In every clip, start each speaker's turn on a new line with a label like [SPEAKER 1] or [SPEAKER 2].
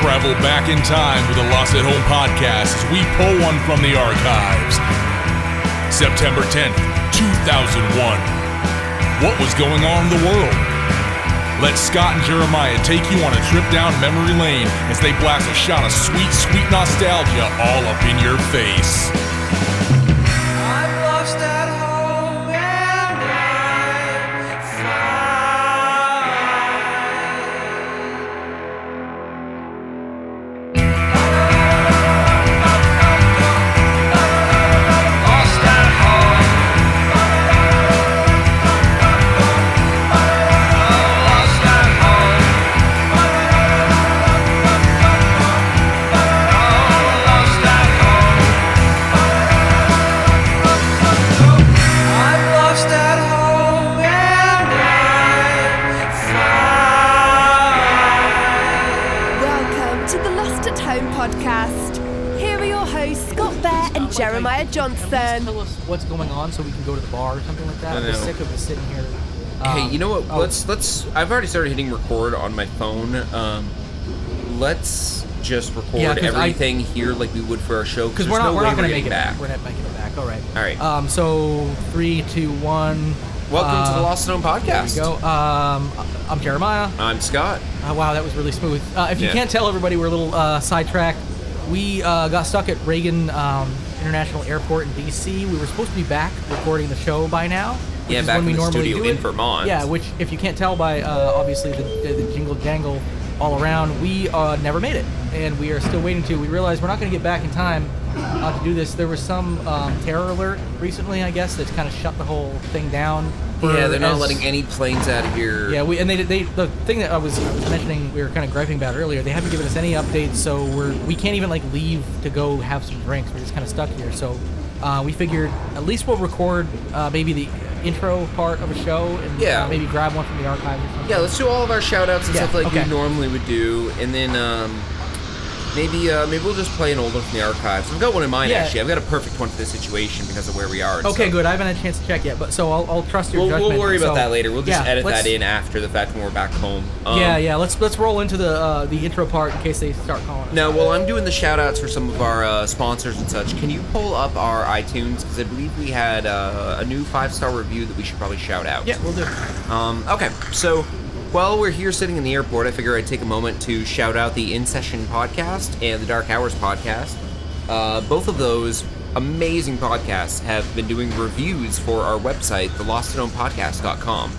[SPEAKER 1] Travel back in time with the Lost at Home podcast as we pull one from the archives. September 10th, 2001. What was going on in the world? Let Scott and Jeremiah take you on a trip down memory lane as they blast a shot of sweet, sweet nostalgia all up in your face.
[SPEAKER 2] I'm lost at home and I'm fine. Lost at home. Lost at home. Lost at home. I'm lost at home and I'm
[SPEAKER 3] Welcome to the Lost at Home podcast. Here are your hosts, Scott Bear and Jeremiah Johnson.
[SPEAKER 4] tell us what's going on so we can go to the bar or something like that.
[SPEAKER 5] I
[SPEAKER 4] I'm
[SPEAKER 5] know.
[SPEAKER 4] sick of just sitting here.
[SPEAKER 5] Hey,
[SPEAKER 4] Um,
[SPEAKER 5] you know what?
[SPEAKER 4] oh,
[SPEAKER 5] Let's let's. I've already started hitting record on my phone. Um, let's just record
[SPEAKER 4] Yeah, 'cause I-
[SPEAKER 5] everything here like we would for our show.
[SPEAKER 4] because we're not
[SPEAKER 5] no
[SPEAKER 4] we're
[SPEAKER 5] way
[SPEAKER 4] not gonna
[SPEAKER 5] getting
[SPEAKER 4] make it
[SPEAKER 5] back.
[SPEAKER 4] We're not making it back. All right.
[SPEAKER 5] All right.
[SPEAKER 4] Um. So three, two, one.
[SPEAKER 5] Welcome to
[SPEAKER 4] uh,
[SPEAKER 5] the Lost and Home
[SPEAKER 4] There
[SPEAKER 5] podcast.
[SPEAKER 4] we go. Um. I'm Jeremiah.
[SPEAKER 5] I'm Scott.
[SPEAKER 4] Uh, wow, that was really smooth. Uh, if you
[SPEAKER 5] Yeah.
[SPEAKER 4] can't tell, everybody, we're a little uh, sidetracked. We uh, got stuck at Reagan um, International Airport in DC. We were supposed to be back recording the show by now. which
[SPEAKER 5] Yeah,
[SPEAKER 4] is
[SPEAKER 5] back
[SPEAKER 4] when
[SPEAKER 5] in
[SPEAKER 4] we
[SPEAKER 5] the
[SPEAKER 4] normally
[SPEAKER 5] studio
[SPEAKER 4] do
[SPEAKER 5] in
[SPEAKER 4] it.
[SPEAKER 5] Vermont.
[SPEAKER 4] Yeah, which if you can't tell by uh, obviously the, the, the jingle jangle all around, we uh, never made it, and we are still waiting to. We realize we're not going to get back in time uh, to do this. There was some um, terror alert recently, I guess, that's kind of shut the whole thing down. for-
[SPEAKER 5] yeah, they're not
[SPEAKER 4] as-
[SPEAKER 5] letting any planes out of here.
[SPEAKER 4] yeah, we and they they the thing that I was, I was mentioning we were kind of griping about earlier. They haven't given us any updates, so we're we can't even like leave to go have some drinks. We're just kind of stuck here. So uh, we figured at least we'll record uh, maybe the intro part of a show and uh,
[SPEAKER 5] Yeah.
[SPEAKER 4] maybe grab one from the archive. Or something.
[SPEAKER 5] Yeah, let's do all of our shout outs and
[SPEAKER 4] Yeah,
[SPEAKER 5] stuff like
[SPEAKER 4] okay.
[SPEAKER 5] we normally would do, and then um, maybe uh, maybe we'll just play an old one from the archives. I've got one in mind
[SPEAKER 4] Yeah.
[SPEAKER 5] actually. I've got a perfect one for this situation because of where we are. and
[SPEAKER 4] Okay,
[SPEAKER 5] stuff.
[SPEAKER 4] good. I haven't had a chance to check yet, but so I'll, I'll trust your
[SPEAKER 5] We'll,
[SPEAKER 4] judgment.
[SPEAKER 5] we'll worry about
[SPEAKER 4] So,
[SPEAKER 5] that later. We'll just
[SPEAKER 4] yeah,
[SPEAKER 5] edit
[SPEAKER 4] let's-
[SPEAKER 5] that in after the fact when we're back home. Um,
[SPEAKER 4] yeah, yeah. Let's let's roll into the uh, the intro part in case they start calling. us.
[SPEAKER 5] Now, while I'm doing the shout outs for some of our uh, sponsors and such, can you pull up our iTunes? Because I believe we had uh, a new five star review that we should probably shout out.
[SPEAKER 4] Yeah, we'll do.
[SPEAKER 5] Um, okay, so while we're here sitting in the airport, I figure I'd take a moment to shout out the In Session podcast and the Dark Hours podcast. Uh, both of those amazing podcasts have been doing reviews for our website, thelostandhomepodcast.com.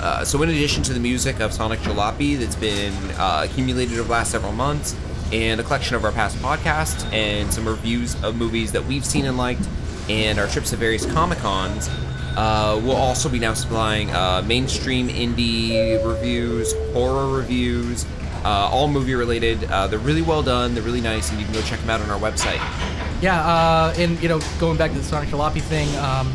[SPEAKER 5] Uh, so, in addition to the music of Sonic Jalopy that's been uh, accumulated over the last several months, and a collection of our past podcasts, and some reviews of movies that we've seen and liked, and our trips to various Comic Cons, uh, we'll also be now supplying uh, mainstream indie reviews, horror reviews, uh, all movie related. Uh, they're really well done, they're really nice, and you can go check them out on our website.
[SPEAKER 4] Yeah, uh, and you know, going back to the Sonic Jalopy thing, um,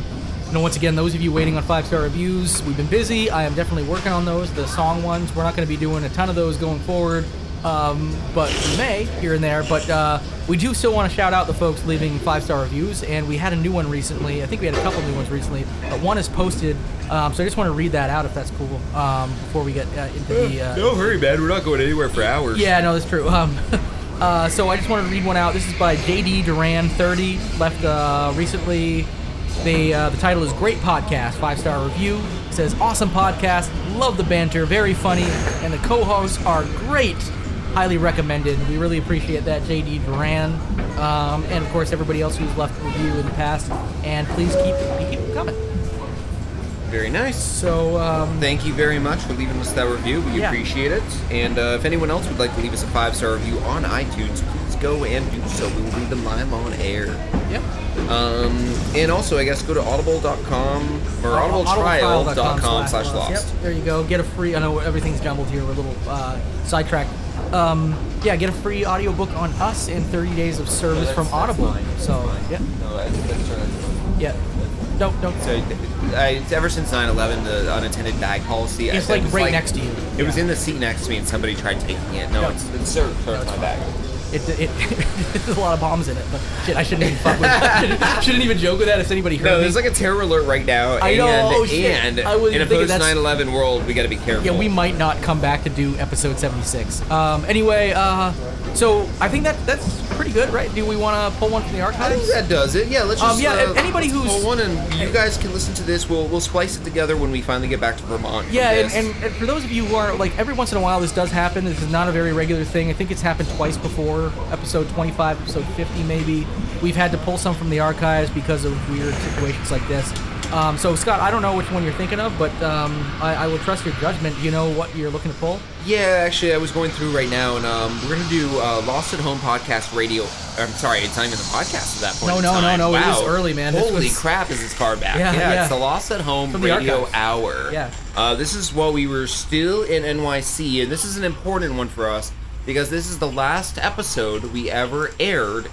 [SPEAKER 4] you know, once again, those of you waiting on five star reviews, we've been busy. I am definitely working on those. The song ones, we're not going to be doing a ton of those going forward, um, but we may here and there. But uh, we do still want to shout out the folks leaving five star reviews, and we had a new one recently. I think we had a couple new ones recently, but one is posted. Um, so I just want to read that out if that's cool um, before we get uh, into the uh,
[SPEAKER 5] hurry, man. We're not going anywhere for hours.
[SPEAKER 4] yeah, no, that's true. Um, uh, so I just wanted to read one out. This is by JD Duran, 30, left uh, recently. They, uh, the title is Great Podcast, five star review. It says, Awesome podcast, love the banter, very funny, and the co hosts are great. Highly recommended. We really appreciate that, JD Duran. Um, and of course, everybody else who's left a review in the past. And please keep, keep them coming.
[SPEAKER 5] Very nice.
[SPEAKER 4] So, um,
[SPEAKER 5] Thank you very much for leaving us that review. We
[SPEAKER 4] Yeah.
[SPEAKER 5] appreciate it. And uh, if anyone else would like to leave us a five star review on iTunes, please go and do so. We will read them live on air.
[SPEAKER 4] yeah.
[SPEAKER 5] Um, and also, I guess go to audible.com or audibletrial.com slash lost.
[SPEAKER 4] Yep, there you go. Get a free. I know everything's jumbled here. We're a little uh, sidetracked. Um, yeah, get a free audiobook on us and 30 days of service from Audible. so yeah,
[SPEAKER 5] No, that's, that's, that's,
[SPEAKER 4] yeah. Don't don't.
[SPEAKER 5] so I, ever since 9/11, the unattended bag policy. I-
[SPEAKER 4] It's,
[SPEAKER 5] it
[SPEAKER 4] like,
[SPEAKER 5] was
[SPEAKER 4] right next to you.
[SPEAKER 5] It was in the seat next to me, and somebody tried taking it. No,
[SPEAKER 4] No.
[SPEAKER 5] it's, it's sir, sir, it's my bag.
[SPEAKER 4] It, it there's a lot of bombs in it, but shit, I shouldn't even fuck with. Shouldn't, shouldn't even joke with that if anybody heard
[SPEAKER 5] No,
[SPEAKER 4] me.
[SPEAKER 5] there's like a terror alert right now,
[SPEAKER 4] I
[SPEAKER 5] and
[SPEAKER 4] know, oh, shit.
[SPEAKER 5] and
[SPEAKER 4] I wasn't
[SPEAKER 5] in a
[SPEAKER 4] even thinking
[SPEAKER 5] post
[SPEAKER 4] that's-
[SPEAKER 5] 9/11 world, we got to be careful.
[SPEAKER 4] yeah, we might not come back to do episode 76. Um, anyway, uh, so I think that that's pretty good, right? Do we want to pull one from the
[SPEAKER 5] I
[SPEAKER 4] archives?
[SPEAKER 5] think that does it. Yeah, let's
[SPEAKER 4] Um,
[SPEAKER 5] just.
[SPEAKER 4] yeah,
[SPEAKER 5] uh,
[SPEAKER 4] and anybody
[SPEAKER 5] let's
[SPEAKER 4] who's-
[SPEAKER 5] pull one, and you guys can listen to this. We'll we'll splice it together when we finally get back to Vermont.
[SPEAKER 4] Yeah,
[SPEAKER 5] from
[SPEAKER 4] and,
[SPEAKER 5] this.
[SPEAKER 4] and, and for those of you who are like, every once in a while this does happen. This is not a very regular thing. I think it's happened twice before, episode 25, episode 50, maybe. We've had to pull some from the archives because of weird situations like this. Um, so Scott, I don't know which one you're thinking of, but um, I, I will trust your judgment. You know what you're looking to pull.
[SPEAKER 5] yeah, actually, I was going through right now, and um, we're gonna do uh, Lost at Home podcast radio. I'm sorry, it's not even a podcast at that point.
[SPEAKER 4] No,
[SPEAKER 5] in
[SPEAKER 4] no, no,
[SPEAKER 5] time.
[SPEAKER 4] no, it
[SPEAKER 5] Wow.
[SPEAKER 4] is early, man. This
[SPEAKER 5] Holy
[SPEAKER 4] was-
[SPEAKER 5] crap, is this far back?
[SPEAKER 4] Yeah, yeah.
[SPEAKER 5] it's the Lost at Home
[SPEAKER 4] From the
[SPEAKER 5] radio
[SPEAKER 4] archives.
[SPEAKER 5] hour.
[SPEAKER 4] Yeah.
[SPEAKER 5] uh, this is while we were still in NYC, and this is an important one for us because this is the last episode we ever aired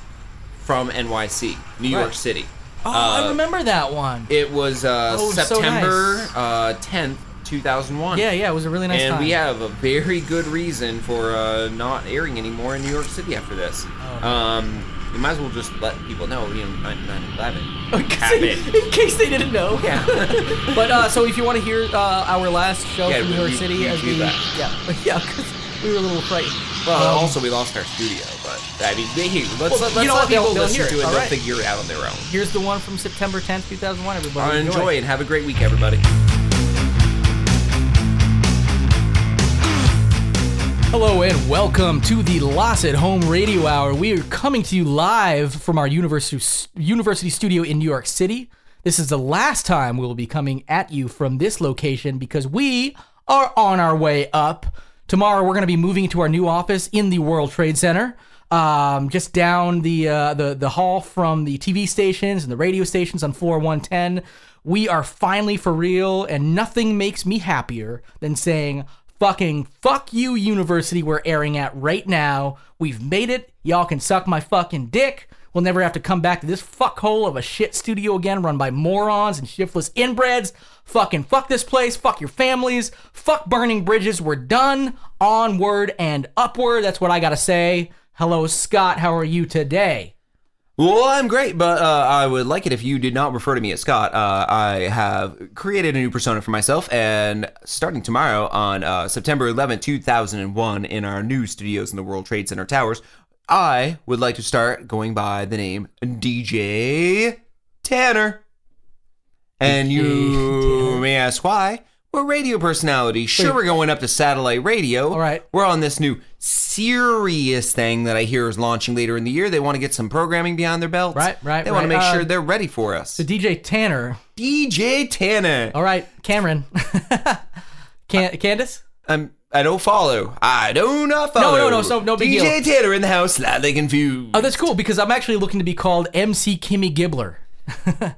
[SPEAKER 5] from NYC, New
[SPEAKER 4] Right.
[SPEAKER 5] York City.
[SPEAKER 4] Oh, I remember that one.
[SPEAKER 5] Uh, It was uh,
[SPEAKER 4] Oh, so
[SPEAKER 5] September
[SPEAKER 4] nice.
[SPEAKER 5] uh, 10th, 2001.
[SPEAKER 4] yeah, yeah, it was a really nice
[SPEAKER 5] and
[SPEAKER 4] time.
[SPEAKER 5] we have a very good reason for uh, not airing anymore in New York City after this.
[SPEAKER 4] Oh.
[SPEAKER 5] Um, you might as well just let people know, you know, 9 11
[SPEAKER 4] in, case they, in case they didn't know.
[SPEAKER 5] Yeah.
[SPEAKER 4] But uh, so if you want to hear uh, our last show
[SPEAKER 5] Yeah,
[SPEAKER 4] from New
[SPEAKER 5] we-
[SPEAKER 4] York
[SPEAKER 5] we-
[SPEAKER 4] City,
[SPEAKER 5] we
[SPEAKER 4] as
[SPEAKER 5] do
[SPEAKER 4] we
[SPEAKER 5] that.
[SPEAKER 4] yeah, yeah, 'cause we were a little frightened.
[SPEAKER 5] well,
[SPEAKER 4] Um,
[SPEAKER 5] also, we lost our studio, but I mean, they, let's,
[SPEAKER 4] Well,
[SPEAKER 5] let's
[SPEAKER 4] you know
[SPEAKER 5] let
[SPEAKER 4] what, they'll-
[SPEAKER 5] people
[SPEAKER 4] they'll
[SPEAKER 5] listen
[SPEAKER 4] hear
[SPEAKER 5] to
[SPEAKER 4] it.
[SPEAKER 5] it and
[SPEAKER 4] All
[SPEAKER 5] they'll
[SPEAKER 4] right.
[SPEAKER 5] figure it out on their own.
[SPEAKER 4] Here's the one from September 10th, 2001, everybody.
[SPEAKER 5] Uh, enjoy and have a great week, everybody.
[SPEAKER 4] Hello and welcome to the Loss at Home Radio Hour. We are coming to you live from our university, university studio in New York City. This is the last time we will be coming at you from this location because we are on our way up. Tomorrow we're going to be moving to our new office in the World Trade Center, um, just down the uh, the the hall from the TV stations and the radio stations on floor 110. We are finally for real, and nothing makes me happier than saying fucking fuck you university we're airing at right now. We've made it. Y'all can suck my fucking dick. We'll never have to come back to this fuckhole of a shit studio again run by morons and shiftless inbreds. Fucking fuck this place, fuck your families, fuck burning bridges. We're done. Onward and upward. That's what I gotta say. Hello, Scott. How are you today?
[SPEAKER 5] Well, I'm great, but uh, I would like it if you did not refer to me as Scott. Uh, I have created a new persona for myself, and starting tomorrow on uh, September 11, 2001, in our new studios in the World Trade Center Towers, I would like to start going by the name DJ Tanner. And you may ask why. We're radio personalities. Sure, we're going up to satellite radio.
[SPEAKER 4] All right.
[SPEAKER 5] We're on this new serious thing that I hear is launching later in the year. They want to get some programming behind their belts.
[SPEAKER 4] Right, right,
[SPEAKER 5] They want to
[SPEAKER 4] right.
[SPEAKER 5] make
[SPEAKER 4] Uh,
[SPEAKER 5] sure they're ready for us.
[SPEAKER 4] The DJ Tanner.
[SPEAKER 5] DJ Tanner.
[SPEAKER 4] All right, Cameron. Can- Candace?
[SPEAKER 5] I'm, I don't follow. I do not follow.
[SPEAKER 4] no, no, so no big
[SPEAKER 5] DJ Tanner in the house, slightly confused.
[SPEAKER 4] Oh, that's cool because I'm actually looking to be called MC Kimmy Gibbler.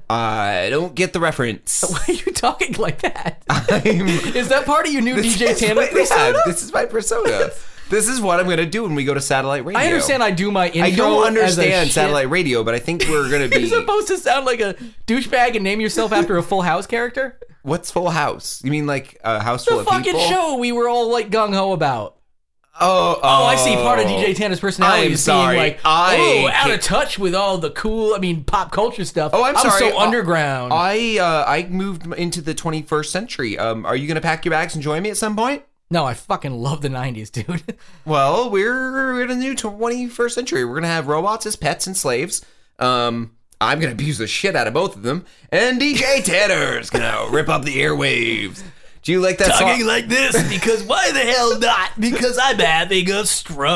[SPEAKER 5] I don't get the reference.
[SPEAKER 4] Why are you talking like that?
[SPEAKER 5] I'm-
[SPEAKER 4] Is that part of your new DJ
[SPEAKER 5] is
[SPEAKER 4] Tanner
[SPEAKER 5] my-
[SPEAKER 4] persona?
[SPEAKER 5] Yeah, this is my persona. this is what I'm going to do when we go to satellite radio.
[SPEAKER 4] I understand I do my intro.
[SPEAKER 5] I don't
[SPEAKER 4] as a
[SPEAKER 5] understand
[SPEAKER 4] shit-
[SPEAKER 5] satellite radio, but I think we're going to
[SPEAKER 4] You're
[SPEAKER 5] be.
[SPEAKER 4] supposed to sound like a douchebag and name yourself after a Full House character.
[SPEAKER 5] What's Full House? You mean like a house full
[SPEAKER 4] The
[SPEAKER 5] of
[SPEAKER 4] fucking
[SPEAKER 5] people?
[SPEAKER 4] show we were all like gung ho about.
[SPEAKER 5] Oh, oh,
[SPEAKER 4] Oh, I see. Part of DJ Tanner's personality
[SPEAKER 5] I'm
[SPEAKER 4] is being
[SPEAKER 5] sorry.
[SPEAKER 4] like,
[SPEAKER 5] I
[SPEAKER 4] oh, out of
[SPEAKER 5] can't-
[SPEAKER 4] touch with all the cool, I mean, pop culture stuff.
[SPEAKER 5] Oh, I'm sorry.
[SPEAKER 4] so
[SPEAKER 5] I-
[SPEAKER 4] underground.
[SPEAKER 5] I uh, I moved into the 21st century. Um, are you gonna pack your bags and join me at some point?
[SPEAKER 4] no, I fucking love the '90s, dude.
[SPEAKER 5] Well, we're in a new 21st century. We're gonna have robots as pets and slaves. Um, I'm gonna abuse the shit out of both of them, and DJ Tanner's gonna rip up the airwaves. Do you like that song?
[SPEAKER 4] like this because why the hell not? Because I'm having a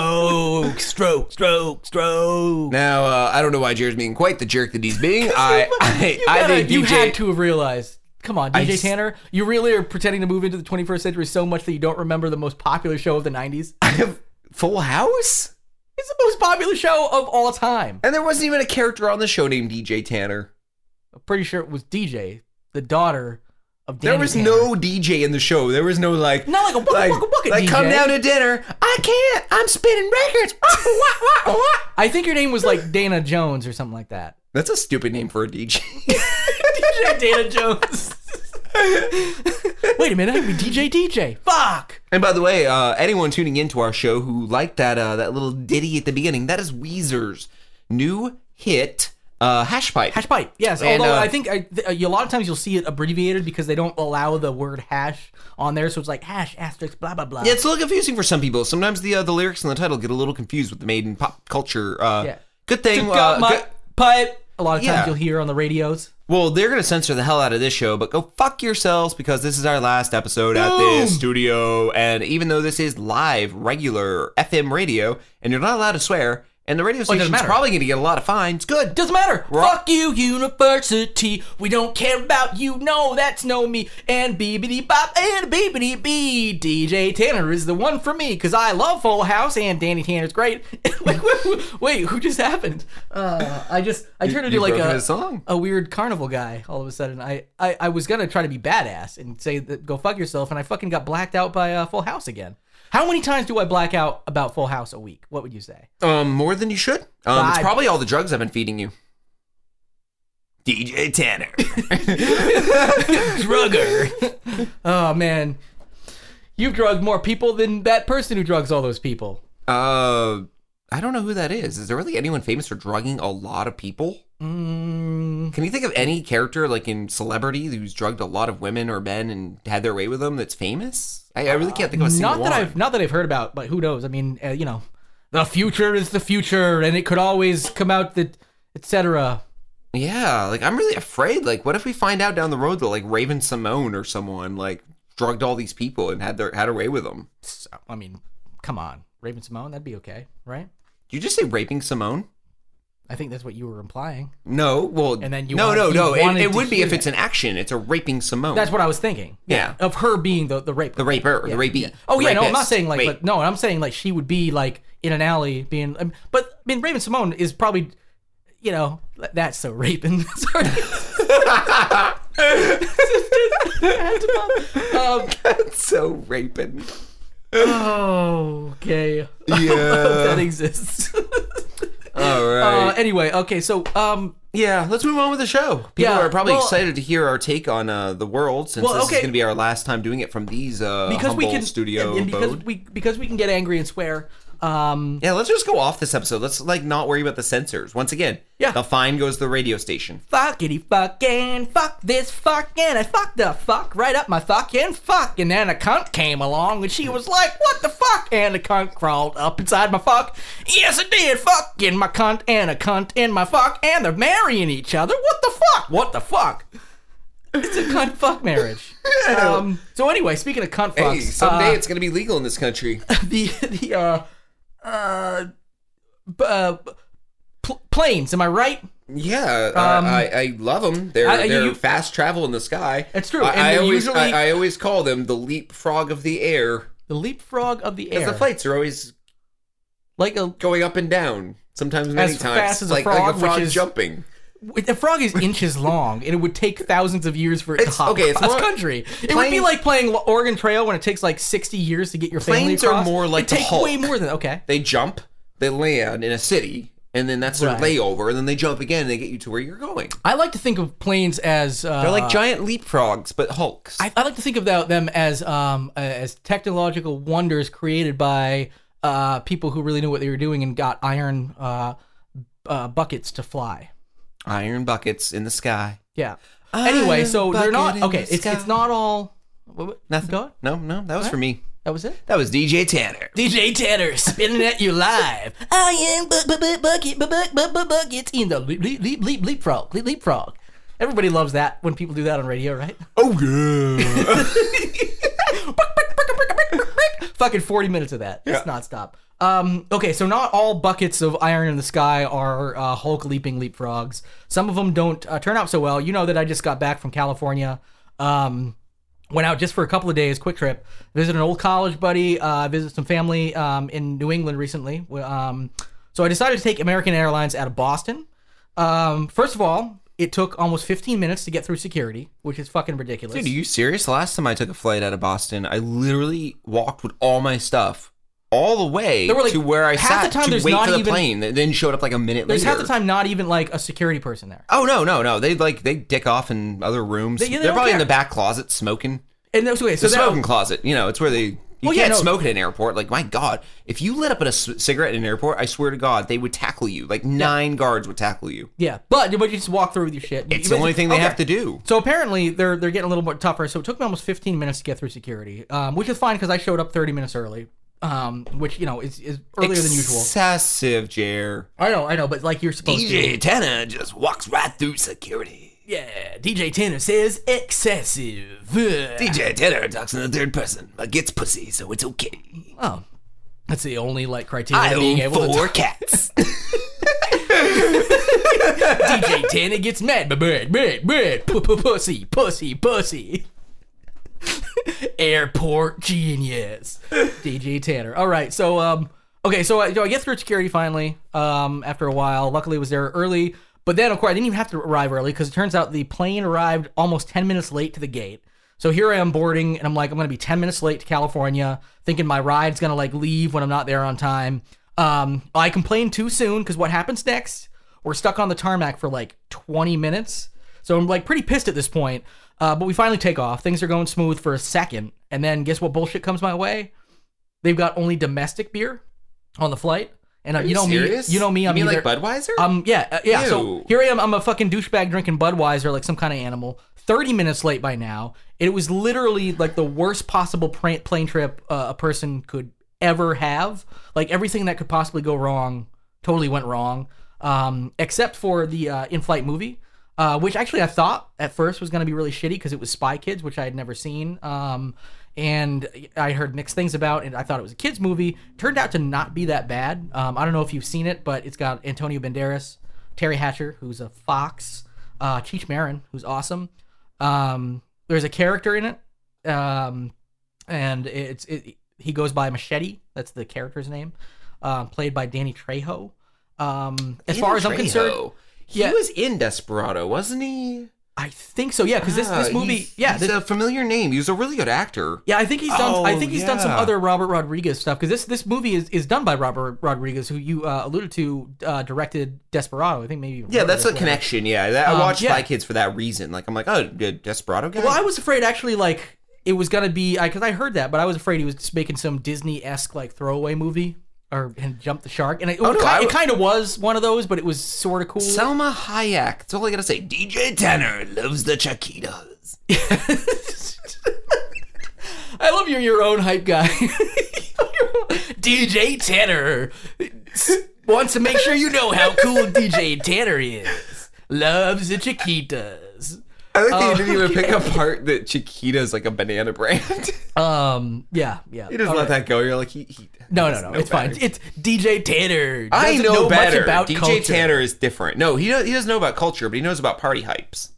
[SPEAKER 4] stroke, stroke, stroke, stroke.
[SPEAKER 5] now uh, I don't know why Jared's being quite the jerk that he's being. I I,
[SPEAKER 4] you,
[SPEAKER 5] I
[SPEAKER 4] gotta-
[SPEAKER 5] think
[SPEAKER 4] you
[SPEAKER 5] DJ
[SPEAKER 4] had to have realized. Come on, DJ
[SPEAKER 5] just-
[SPEAKER 4] Tanner, you really are pretending to move into the 21st century so much that you don't remember the most popular show of the 90s.
[SPEAKER 5] I have Full House,
[SPEAKER 4] It's the most popular show of all time.
[SPEAKER 5] and there wasn't even a character on the show named DJ Tanner.
[SPEAKER 4] I'm pretty sure it was DJ, the daughter of Danny
[SPEAKER 5] There was
[SPEAKER 4] Tanner.
[SPEAKER 5] no DJ in the show. There was no like
[SPEAKER 4] Not like a waka
[SPEAKER 5] like,
[SPEAKER 4] waka waka
[SPEAKER 5] like,
[SPEAKER 4] DJ.
[SPEAKER 5] come down to dinner. I can't. I'm spinning records. Ah, Waka waka waka waka.
[SPEAKER 4] I think your name was like Dana Jones or something like that.
[SPEAKER 5] That's a stupid name for a DJ.
[SPEAKER 4] DJ Dana Jones. Wait a minute, I can be DJ DJ. Fuck.
[SPEAKER 5] And by the way, uh, anyone tuning into our show who liked that uh, that little ditty at the beginning, that is Weezer's new hit, uh, Hashpipe.
[SPEAKER 4] Hash pipe. Yes.
[SPEAKER 5] And,
[SPEAKER 4] although
[SPEAKER 5] uh,
[SPEAKER 4] I think I, th- a lot of times you'll see it abbreviated because they don't allow the word hash on there, so it's like hash asterisk blah blah blah.
[SPEAKER 5] Yeah, it's a little confusing for some people. Sometimes the uh, the lyrics and the title get a little confused with the made in pop culture. Uh,
[SPEAKER 4] Yeah.
[SPEAKER 5] Good thing.
[SPEAKER 4] Go,
[SPEAKER 5] uh,
[SPEAKER 4] my
[SPEAKER 5] good-
[SPEAKER 4] pipe. A lot of
[SPEAKER 5] Yeah.
[SPEAKER 4] times you'll hear on the radios.
[SPEAKER 5] well, they're gonna censor the hell out of this show, but go fuck yourselves because this is our last episode at this studio. And even though this is live, regular FM radio, and you're not allowed to swear, and the radio
[SPEAKER 4] doesn't
[SPEAKER 5] station's
[SPEAKER 4] matter.
[SPEAKER 5] probably gonna get a lot of fines. Good.
[SPEAKER 4] Doesn't matter.
[SPEAKER 5] We're all-
[SPEAKER 4] Fuck you, university. We don't care about you. No, that's no me. And beebity bop and beebity bee. DJ Tanner is the one for me because I love Full House and Danny Tanner's great. like, wait, wait, wait, who just happened? Uh, I just I turned into
[SPEAKER 5] you
[SPEAKER 4] like
[SPEAKER 5] broke
[SPEAKER 4] a
[SPEAKER 5] into song.
[SPEAKER 4] a weird carnival guy all of a sudden. I, I I was gonna try to be badass and say that go fuck yourself, and I fucking got blacked out by uh, Full House again. How many times do I black out about Full House a week? What would you say?
[SPEAKER 5] Um, more than you should. Um, it's
[SPEAKER 4] Five.
[SPEAKER 5] probably all the drugs I've been feeding you. DJ Tanner.
[SPEAKER 4] drugger. oh man, you've drugged more people than that person who drugs all those people.
[SPEAKER 5] uh, I don't know who that is. Is there really anyone famous for drugging a lot of people?
[SPEAKER 4] Mm.
[SPEAKER 5] Can you think of any character like in celebrity who's drugged a lot of women or men and had their way with them that's famous? I, I really can't think of a single
[SPEAKER 4] Not that
[SPEAKER 5] one.
[SPEAKER 4] I've not that I've heard about, but who knows? I mean, uh, you know, the future is the future, and it could always come out that etc.
[SPEAKER 5] Yeah, like I'm really afraid. Like, what if we find out down the road that like Raven Simone or someone like drugged all these people and had their had her way with them?
[SPEAKER 4] So, I mean, come on, Raven Simone, that'd be okay, right?
[SPEAKER 5] Did you just say raping Simone?
[SPEAKER 4] I think that's what you were implying.
[SPEAKER 5] No, well,
[SPEAKER 4] And then you
[SPEAKER 5] no,
[SPEAKER 4] want-
[SPEAKER 5] no,
[SPEAKER 4] you
[SPEAKER 5] no. It,
[SPEAKER 4] wanted
[SPEAKER 5] it
[SPEAKER 4] to
[SPEAKER 5] would be if
[SPEAKER 4] hear
[SPEAKER 5] it's an action. It's a raping Simone.
[SPEAKER 4] That's what I was thinking.
[SPEAKER 5] Yeah.
[SPEAKER 4] of her being the the rape.
[SPEAKER 5] the raper, the rapee.
[SPEAKER 4] Oh
[SPEAKER 5] the
[SPEAKER 4] yeah, no, I'm not
[SPEAKER 5] rapist.
[SPEAKER 4] saying like,
[SPEAKER 5] Wait,
[SPEAKER 4] but no, I'm saying like she would be like in an alley being, um, but I mean Raven Simone is probably, you know, that's so raping. Sorry. um,
[SPEAKER 5] it's so raping.
[SPEAKER 4] oh, okay. that
[SPEAKER 5] Yeah.
[SPEAKER 4] exists.
[SPEAKER 5] all right.
[SPEAKER 4] uh, anyway, okay, so um,
[SPEAKER 5] yeah, let's move on with the show. People
[SPEAKER 4] Yeah,
[SPEAKER 5] are probably
[SPEAKER 4] well-
[SPEAKER 5] excited to hear our take on uh, the world since
[SPEAKER 4] Well,
[SPEAKER 5] this is
[SPEAKER 4] okay.
[SPEAKER 5] going to be our last time doing it from these uh,
[SPEAKER 4] because we
[SPEAKER 5] humble
[SPEAKER 4] can
[SPEAKER 5] studio
[SPEAKER 4] and, and because
[SPEAKER 5] abode.
[SPEAKER 4] we because we can get angry and swear. Um,
[SPEAKER 5] yeah, let's just go off this episode. Let's like not worry about the censors. Once again,
[SPEAKER 4] Yeah.
[SPEAKER 5] the fine goes to the radio station.
[SPEAKER 4] fuckity fucking fuck this fucking I fucked the fuck right up my fucking fuck and then a cunt came along and she was like what the fuck and a cunt crawled up inside my fuck yes it did fucking my cunt and a cunt and my fuck and they're marrying each other what the fuck what the fuck it's a cunt fuck marriage um so anyway speaking of cunt fucks
[SPEAKER 5] Hey, someday
[SPEAKER 4] uh,
[SPEAKER 5] it's going to be legal in this country.
[SPEAKER 4] the the uh uh, b- uh pl- planes am I right
[SPEAKER 5] Yeah, I-
[SPEAKER 4] Um,
[SPEAKER 5] I, I love them. They're,
[SPEAKER 4] I-
[SPEAKER 5] they're
[SPEAKER 4] you-
[SPEAKER 5] fast travel in the sky.
[SPEAKER 4] It's true, and
[SPEAKER 5] I, I
[SPEAKER 4] they're
[SPEAKER 5] always
[SPEAKER 4] usually-
[SPEAKER 5] I, I always call them the leapfrog of the air
[SPEAKER 4] the leapfrog of the air
[SPEAKER 5] because the flights are always
[SPEAKER 4] like a
[SPEAKER 5] going up and down. Sometimes many times,
[SPEAKER 4] fast as a
[SPEAKER 5] like, like
[SPEAKER 4] frog,
[SPEAKER 5] a
[SPEAKER 4] which
[SPEAKER 5] frog
[SPEAKER 4] is-
[SPEAKER 5] jumping.
[SPEAKER 4] Wait, The frog is inches long, and it would take thousands of years for it
[SPEAKER 5] It's-
[SPEAKER 4] to hop
[SPEAKER 5] okay, it's
[SPEAKER 4] across
[SPEAKER 5] more-
[SPEAKER 4] country. it would be
[SPEAKER 5] plane-
[SPEAKER 4] like playing Lo- Oregon Trail when it takes like sixty years to get your family
[SPEAKER 5] Planes are
[SPEAKER 4] across.
[SPEAKER 5] more like
[SPEAKER 4] it
[SPEAKER 5] the
[SPEAKER 4] takes
[SPEAKER 5] Hulk.
[SPEAKER 4] way more than okay.
[SPEAKER 5] They jump, they land in a city, and then that's their
[SPEAKER 4] Right.
[SPEAKER 5] layover, and then they jump again, and they get you to where you're going.
[SPEAKER 4] I like to think of planes as uh,
[SPEAKER 5] They're like giant leapfrogs, but hulks.
[SPEAKER 4] I, I like to think of tho- them as um, uh, as technological wonders created by uh, people who really knew what they were doing and got iron uh, uh, buckets to fly.
[SPEAKER 5] Iron buckets in the sky.
[SPEAKER 4] Yeah. Anyway,
[SPEAKER 5] Iron
[SPEAKER 4] so they're not
[SPEAKER 5] bucket in
[SPEAKER 4] okay.
[SPEAKER 5] the
[SPEAKER 4] It's,
[SPEAKER 5] sky.
[SPEAKER 4] it's not all. what- what-
[SPEAKER 5] Nothing.
[SPEAKER 4] Go.
[SPEAKER 5] No, no, that was for me.
[SPEAKER 4] That was it.
[SPEAKER 5] That was DJ Tanner.
[SPEAKER 4] DJ Tanner spinning at you live. I am bu- bu- bu- bucket, bu- bu- bu- bu- buckets in the leap, leap, leap, leap, leapfrog, leap, leapfrog. Everybody loves that when people do that on radio, right?
[SPEAKER 5] Oh yeah.
[SPEAKER 4] Fucking 40 minutes of that. It's nonstop. Um, okay, so not all buckets of iron in the sky are uh, Hulk leaping leapfrogs. Some of them don't uh, turn out so well. You know that I just got back from California. Um, went out just for a couple of days, quick trip. Visit an old college buddy. Uh, visit some family um, in New England recently. Um, so I decided to take American Airlines out of Boston. Um, first of all, it took almost 15 minutes to get through security, which is fucking ridiculous.
[SPEAKER 5] Dude, are you serious? The last time I took a flight out of Boston, I literally walked with all my stuff all the way
[SPEAKER 4] There were, like,
[SPEAKER 5] to where I
[SPEAKER 4] half
[SPEAKER 5] sat
[SPEAKER 4] the time
[SPEAKER 5] to
[SPEAKER 4] there's
[SPEAKER 5] wait
[SPEAKER 4] not
[SPEAKER 5] for the
[SPEAKER 4] even-
[SPEAKER 5] plane. That then showed up like a minute
[SPEAKER 4] There's
[SPEAKER 5] later.
[SPEAKER 4] half the time not even like a security person there.
[SPEAKER 5] Oh no, no, no. They like they dick off in other rooms.
[SPEAKER 4] They- yeah, they
[SPEAKER 5] are
[SPEAKER 4] don't
[SPEAKER 5] probably in the
[SPEAKER 4] care.
[SPEAKER 5] back closet smoking.
[SPEAKER 4] And that's okay. So
[SPEAKER 5] The
[SPEAKER 4] that,
[SPEAKER 5] smoking closet. You know, it's where they you
[SPEAKER 4] Well, yeah,
[SPEAKER 5] can't
[SPEAKER 4] no.
[SPEAKER 5] smoke at an airport. Like my god, if you lit up at a c- cigarette in an airport, I swear to God, they would tackle you. Like nine guards would tackle you.
[SPEAKER 4] Yeah, but but you just walk through with your shit.
[SPEAKER 5] It's
[SPEAKER 4] You-
[SPEAKER 5] the only thing they
[SPEAKER 4] okay.
[SPEAKER 5] have to do.
[SPEAKER 4] So apparently they're they're getting a little more tougher. So it took me almost 15 minutes to get through security, um, which is fine because I showed up 30 minutes early, um, which you know is, is earlier than usual.
[SPEAKER 5] Excessive, Jer.
[SPEAKER 4] I know, I know, but like you're supposed to.
[SPEAKER 5] Tanner just walks right through security.
[SPEAKER 4] Yeah, DJ Tanner says excessive.
[SPEAKER 5] DJ Tanner talks in the third person, but gets pussy, so it's okay.
[SPEAKER 4] Oh, that's the only like criteria of being able to. Talk.
[SPEAKER 5] cats.
[SPEAKER 4] DJ Tanner gets mad, but bird, bird, bird, pu- pu- pussy, pussy, pussy. Airport genius, DJ Tanner. All right, so um, okay, so I, so I get through security finally. Um, after a while, luckily I was there early, but then of course I didn't even have to arrive early because it turns out the plane arrived almost ten minutes late to the gate. So here I am boarding, and I'm like, I'm gonna be ten minutes late to California, thinking my ride's gonna like leave when I'm not there on time. Um, I complained too soon because what happens next? We're stuck on the tarmac for like 20 minutes. So I'm like pretty pissed at this point. Uh, but we finally take off. Things are going smooth for a second. And then guess what bullshit comes my way? They've got only domestic beer on the flight. And uh, you, know me, you know me, I'm
[SPEAKER 5] you mean
[SPEAKER 4] either-
[SPEAKER 5] like Budweiser?
[SPEAKER 4] um, yeah, uh, yeah. So
[SPEAKER 5] Ew.
[SPEAKER 4] here I am. I'm a fucking douchebag drinking Budweiser like some kind of animal. Thirty minutes late by now. It was literally like the worst possible pra- plane trip uh, a person could ever have. Like everything that could possibly go wrong, totally went wrong. Um, except for the uh, in-flight movie, uh, which actually I thought at first was going to be really shitty because it was Spy Kids, which I had never seen. Um, and I heard mixed things about, and I thought it was a kids movie. Turned out to not be that bad. Um, I don't know if you've seen it, but it's got Antonio Banderas, Terry Hatcher, who's a fox, uh, Cheech Marin, who's awesome. Um, there's a character in it, um, and it's it, he goes by Machete. That's the character's name, um, played by Danny Trejo. Um, as far as I'm concerned,
[SPEAKER 5] he
[SPEAKER 4] yeah.
[SPEAKER 5] was in Desperado, wasn't he?
[SPEAKER 4] I think so. Yeah, because this
[SPEAKER 5] Ah,
[SPEAKER 4] this movie,
[SPEAKER 5] he's-
[SPEAKER 4] yeah,
[SPEAKER 5] he's
[SPEAKER 4] this,
[SPEAKER 5] a familiar name. He was a really good actor.
[SPEAKER 4] yeah. I think he's done. I
[SPEAKER 5] Oh,
[SPEAKER 4] think he's done some
[SPEAKER 5] yeah.
[SPEAKER 4] other Robert Rodriguez stuff because this this movie is, is done by Robert Rodriguez, who you uh, alluded to, uh, directed Desperado. I think maybe. you
[SPEAKER 5] Yeah,
[SPEAKER 4] remember
[SPEAKER 5] that's
[SPEAKER 4] this
[SPEAKER 5] a
[SPEAKER 4] one.
[SPEAKER 5] connection. Yeah, that, I
[SPEAKER 4] Um,
[SPEAKER 5] watched
[SPEAKER 4] yeah.
[SPEAKER 5] Spy Kids for that reason. Like, I'm like, oh, the Desperado guy.
[SPEAKER 4] Well, I was afraid actually, like it was gonna be because I heard that, but I was afraid he was just making some Disney esque like throwaway movie or and jump the shark, and it,
[SPEAKER 5] no,
[SPEAKER 4] ki-
[SPEAKER 5] I
[SPEAKER 4] it
[SPEAKER 5] w-
[SPEAKER 4] kind of was one of those, but it was sort of cool.
[SPEAKER 5] Selma Hayek. That's all I gotta say. DJ Tanner loves the Chiquitas.
[SPEAKER 4] I love your your own hype guy, DJ Tanner s- wants to make sure you know how cool DJ Tanner is. Loves the Chiquitas.
[SPEAKER 5] I think they
[SPEAKER 4] didn't even pick
[SPEAKER 5] apart that Chiquita's like a banana brand.
[SPEAKER 4] Um, yeah, yeah.
[SPEAKER 5] He just
[SPEAKER 4] All
[SPEAKER 5] let
[SPEAKER 4] right.
[SPEAKER 5] that go. You're like, he. he
[SPEAKER 4] No, no,
[SPEAKER 5] he doesn't
[SPEAKER 4] no.
[SPEAKER 5] know
[SPEAKER 4] it's
[SPEAKER 5] better.
[SPEAKER 4] fine. It's DJ Tanner.
[SPEAKER 5] I
[SPEAKER 4] doesn't
[SPEAKER 5] know, better.
[SPEAKER 4] Much about
[SPEAKER 5] DJ
[SPEAKER 4] culture.
[SPEAKER 5] Tanner is different. No, he does, he doesn't know about culture, but he knows about party hypes.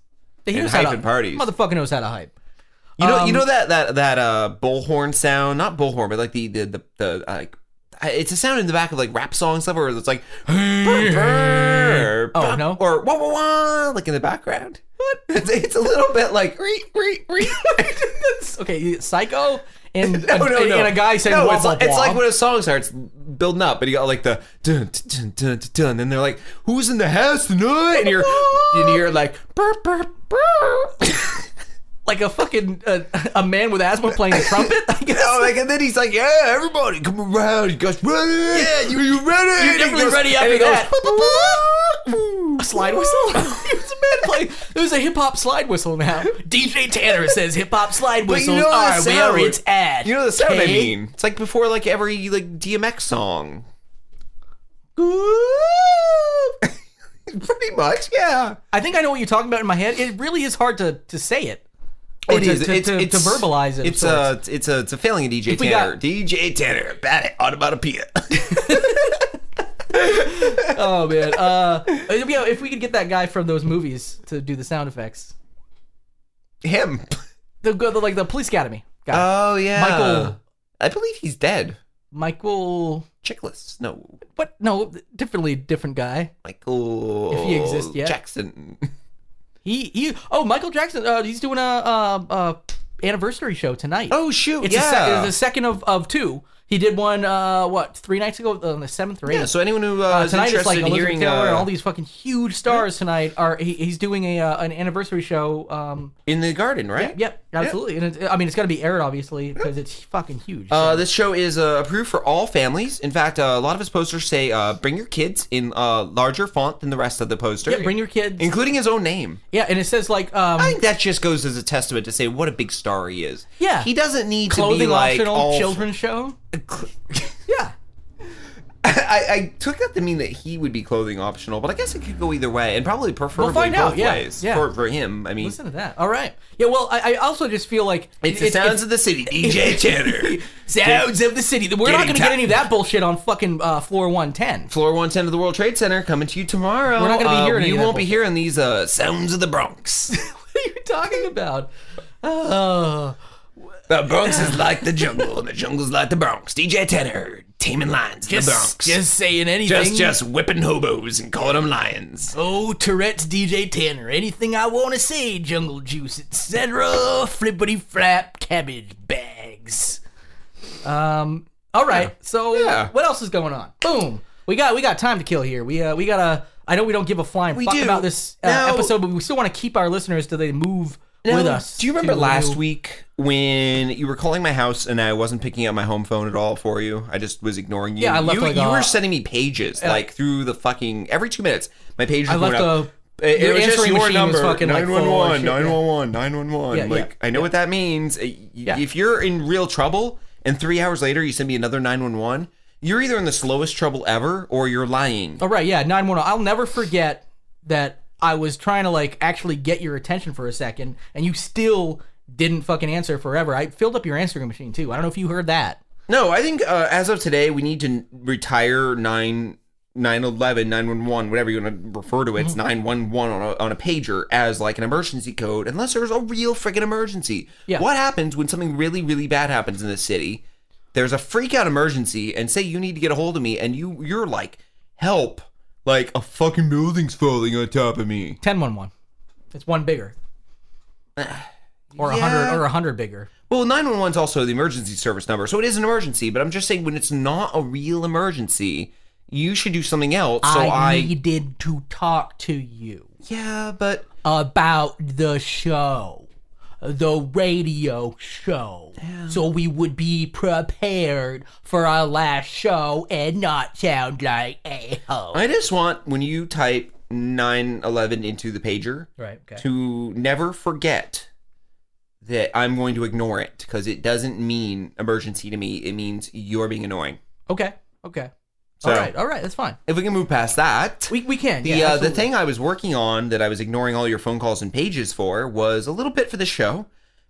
[SPEAKER 4] He
[SPEAKER 5] and
[SPEAKER 4] knows how to-
[SPEAKER 5] hyping parties.
[SPEAKER 4] Motherfucker knows how to hype.
[SPEAKER 5] You know,
[SPEAKER 4] Um,
[SPEAKER 5] you know that that that uh bullhorn sound, not bullhorn, but like the the the, the like. I- It's a sound in the back of like rap songs stuff, where it's like, "Brr, brr,"
[SPEAKER 4] Oh,
[SPEAKER 5] bah,
[SPEAKER 4] no.
[SPEAKER 5] or wah wah wah, like in the background. What? It's, it's a little bit like, "Ree, ree, ree."
[SPEAKER 4] That's- okay, psycho and,
[SPEAKER 5] no, no,
[SPEAKER 4] and,
[SPEAKER 5] no.
[SPEAKER 4] and a guy saying
[SPEAKER 5] no,
[SPEAKER 4] "Wah,
[SPEAKER 5] it's
[SPEAKER 4] wah,
[SPEAKER 5] like, it's
[SPEAKER 4] wah."
[SPEAKER 5] like when a song starts building up, and you got like the dun dun dun dun, dun and they're like, "Who's in the house tonight?" And you're and you're like, "Brr brr brr."
[SPEAKER 4] like a fucking uh, a man with asthma playing the trumpet. I guess.
[SPEAKER 5] Oh, like, and then he's like, "Yeah, everybody, come around. You guys ready? Yeah, you, you ready?
[SPEAKER 4] You're definitely ready after that. A slide whistle? it was a man playing. There's a hip hop slide whistle now. DJ Tanner says hip hop slide
[SPEAKER 5] But you
[SPEAKER 4] whistles
[SPEAKER 5] know
[SPEAKER 4] are
[SPEAKER 5] the sound.
[SPEAKER 4] where it's at.
[SPEAKER 5] You know the sound I
[SPEAKER 4] okay?
[SPEAKER 5] mean. It's like before, like every like DMX song. Pretty much, yeah.
[SPEAKER 4] I think I know what you're talking about in my head. It really is hard to, to say it.
[SPEAKER 5] Oh,
[SPEAKER 4] Or Oh, to, To, to, to verbalize it. of
[SPEAKER 5] It's uh,
[SPEAKER 4] sorts.
[SPEAKER 5] a, it's a, it's a failing a DJ
[SPEAKER 4] we
[SPEAKER 5] Tanner.
[SPEAKER 4] got-
[SPEAKER 5] DJ Tanner, bat it, automatopoeia.
[SPEAKER 4] Oh, man. Uh, yeah, if we could get that guy from those movies to do the sound effects.
[SPEAKER 5] Him.
[SPEAKER 4] The, the, like the police academy guy.
[SPEAKER 5] Oh yeah,
[SPEAKER 4] Michael-
[SPEAKER 5] I believe he's dead.
[SPEAKER 4] Michael.
[SPEAKER 5] Chickless. No,
[SPEAKER 4] What? No, differently, different guy.
[SPEAKER 5] Michael.
[SPEAKER 4] If he exists yet.
[SPEAKER 5] Jackson.
[SPEAKER 4] He he. Oh, Michael Jackson. Uh, he's doing a uh, uh, anniversary show tonight.
[SPEAKER 5] Oh shoot!
[SPEAKER 4] it's
[SPEAKER 5] yeah.
[SPEAKER 4] a, sec- it's a second of of two. He He did one, uh, what, three nights ago, on the seventh or eighth.
[SPEAKER 5] Yeah, so anyone who uh,
[SPEAKER 4] Uh,
[SPEAKER 5] is
[SPEAKER 4] tonight it's
[SPEAKER 5] interested
[SPEAKER 4] like
[SPEAKER 5] in
[SPEAKER 4] Elizabeth
[SPEAKER 5] hearing
[SPEAKER 4] Taylor and
[SPEAKER 5] uh,
[SPEAKER 4] all these fucking huge stars tonight are he, he's doing a uh, an anniversary show. Um,
[SPEAKER 5] in the garden, right?
[SPEAKER 4] yep, absolutely. And it's, I mean, it's got to be aired obviously because it's fucking huge.
[SPEAKER 5] Uh,
[SPEAKER 4] so.
[SPEAKER 5] this show is uh, approved for all families. In fact, uh, a lot of his posters say uh, "Bring your kids" in uh, larger font than the rest of the poster.
[SPEAKER 4] Yeah, bring your kids.
[SPEAKER 5] including his own name.
[SPEAKER 4] yeah, and it says like um,
[SPEAKER 5] I think that just goes as a testament to say what a big star he is.
[SPEAKER 4] Yeah.
[SPEAKER 5] he doesn't need to
[SPEAKER 4] clothing
[SPEAKER 5] be like
[SPEAKER 4] optional
[SPEAKER 5] all
[SPEAKER 4] children's show. Yeah,
[SPEAKER 5] I, I took that to mean that he would be clothing optional, but I guess it could go either way, and probably preferably
[SPEAKER 4] find
[SPEAKER 5] both
[SPEAKER 4] out, yeah,
[SPEAKER 5] ways
[SPEAKER 4] yeah.
[SPEAKER 5] For, for him. I mean,
[SPEAKER 4] listen to that. All right. Yeah. Well, I, I also just feel like
[SPEAKER 5] it's the sounds of the city, DJ Tanner.
[SPEAKER 4] sounds of the city. We're not
[SPEAKER 5] Getting
[SPEAKER 4] going to get
[SPEAKER 5] tight.
[SPEAKER 4] any of that bullshit on fucking uh, floor one ten.
[SPEAKER 5] Floor 110 of the World Trade Center coming to you tomorrow.
[SPEAKER 4] We're not gonna be
[SPEAKER 5] Uh,
[SPEAKER 4] hearing any
[SPEAKER 5] You
[SPEAKER 4] of that
[SPEAKER 5] won't be
[SPEAKER 4] bullshit.
[SPEAKER 5] hearing these uh, sounds of the Bronx.
[SPEAKER 4] What are you talking about? Oh.
[SPEAKER 5] the Bronx is like the jungle, and the jungle's like the Bronx. DJ Tanner, taming lions in the Bronx.
[SPEAKER 4] just saying anything.
[SPEAKER 5] just, just whipping hobos and calling them lions.
[SPEAKER 4] Oh, Tourette's DJ Tanner, anything I want to say, jungle juice, etc. Flippity flap cabbage bags. Um. All right. So
[SPEAKER 5] Yeah.
[SPEAKER 4] what else is going on? Boom. We got we got time to kill here. We uh we gotta. I know we don't give a flying fuck
[SPEAKER 5] do.
[SPEAKER 4] about this uh,
[SPEAKER 5] Now-
[SPEAKER 4] episode, but we still want to keep our listeners till they move with
[SPEAKER 5] Now,
[SPEAKER 4] us.
[SPEAKER 5] Do you remember
[SPEAKER 4] to
[SPEAKER 5] last
[SPEAKER 4] new-
[SPEAKER 5] week when you were calling my house and I wasn't picking up my home phone at all for you? I just was ignoring you.
[SPEAKER 4] Yeah, I left,
[SPEAKER 5] you,
[SPEAKER 4] like,
[SPEAKER 5] you
[SPEAKER 4] a-
[SPEAKER 5] were sending me pages like through the fucking every two minutes. My page.
[SPEAKER 4] I
[SPEAKER 5] was going
[SPEAKER 4] left
[SPEAKER 5] up.
[SPEAKER 4] the-
[SPEAKER 5] It, it
[SPEAKER 4] your
[SPEAKER 5] was just
[SPEAKER 4] answering
[SPEAKER 5] your
[SPEAKER 4] machine was
[SPEAKER 5] number.
[SPEAKER 4] fucking, like, full of
[SPEAKER 5] 911,
[SPEAKER 4] shit, yeah.
[SPEAKER 5] 911, 911.
[SPEAKER 4] Yeah,
[SPEAKER 5] like
[SPEAKER 4] yeah,
[SPEAKER 5] I know
[SPEAKER 4] yeah.
[SPEAKER 5] what that means. Uh, y- If you're in real trouble and three hours later you send me another 911, you're either in the slowest trouble ever or you're lying.
[SPEAKER 4] Oh right, yeah, nine one zero. I'll never forget that I was trying to like actually get your attention for a second, and you still didn't fucking answer forever. I filled up your answering machine too. I don't know if you heard that.
[SPEAKER 5] No, I think uh, as of today, we need to n- retire nine. 911, 911, whatever you want to refer to it, it's 911 on a, on a pager as like an emergency code, unless there's a real freaking emergency.
[SPEAKER 4] Yeah.
[SPEAKER 5] What happens when something really, really bad happens in this city? There's a freak out emergency, and say you need to get a hold of me, and you, you're like, help, like a fucking building's falling on top of me.
[SPEAKER 4] Ten one one. It's one bigger. Or a hundred
[SPEAKER 5] Yeah.
[SPEAKER 4] or a hundred bigger.
[SPEAKER 5] Well, 911's also the emergency service number, so it is an emergency, but I'm just saying when it's not a real emergency, you should do something else. So I,
[SPEAKER 4] I needed to talk to you
[SPEAKER 5] Yeah, but
[SPEAKER 4] about the show. The radio show. So we would be prepared for our last show and not sound like a ho.
[SPEAKER 5] I just want when you type 911 into the pager
[SPEAKER 4] Right, okay.
[SPEAKER 5] to never forget that I'm going to ignore it because it doesn't mean emergency to me. It means you're being annoying.
[SPEAKER 4] Okay. Okay.
[SPEAKER 5] So-
[SPEAKER 4] all right. All right. That's fine.
[SPEAKER 5] If we can move past that,
[SPEAKER 4] We, we can.
[SPEAKER 5] the
[SPEAKER 4] Yeah.
[SPEAKER 5] uh, the
[SPEAKER 4] absolutely.
[SPEAKER 5] thing I was working on that I was ignoring all your phone calls and pages for was a little bit for the show.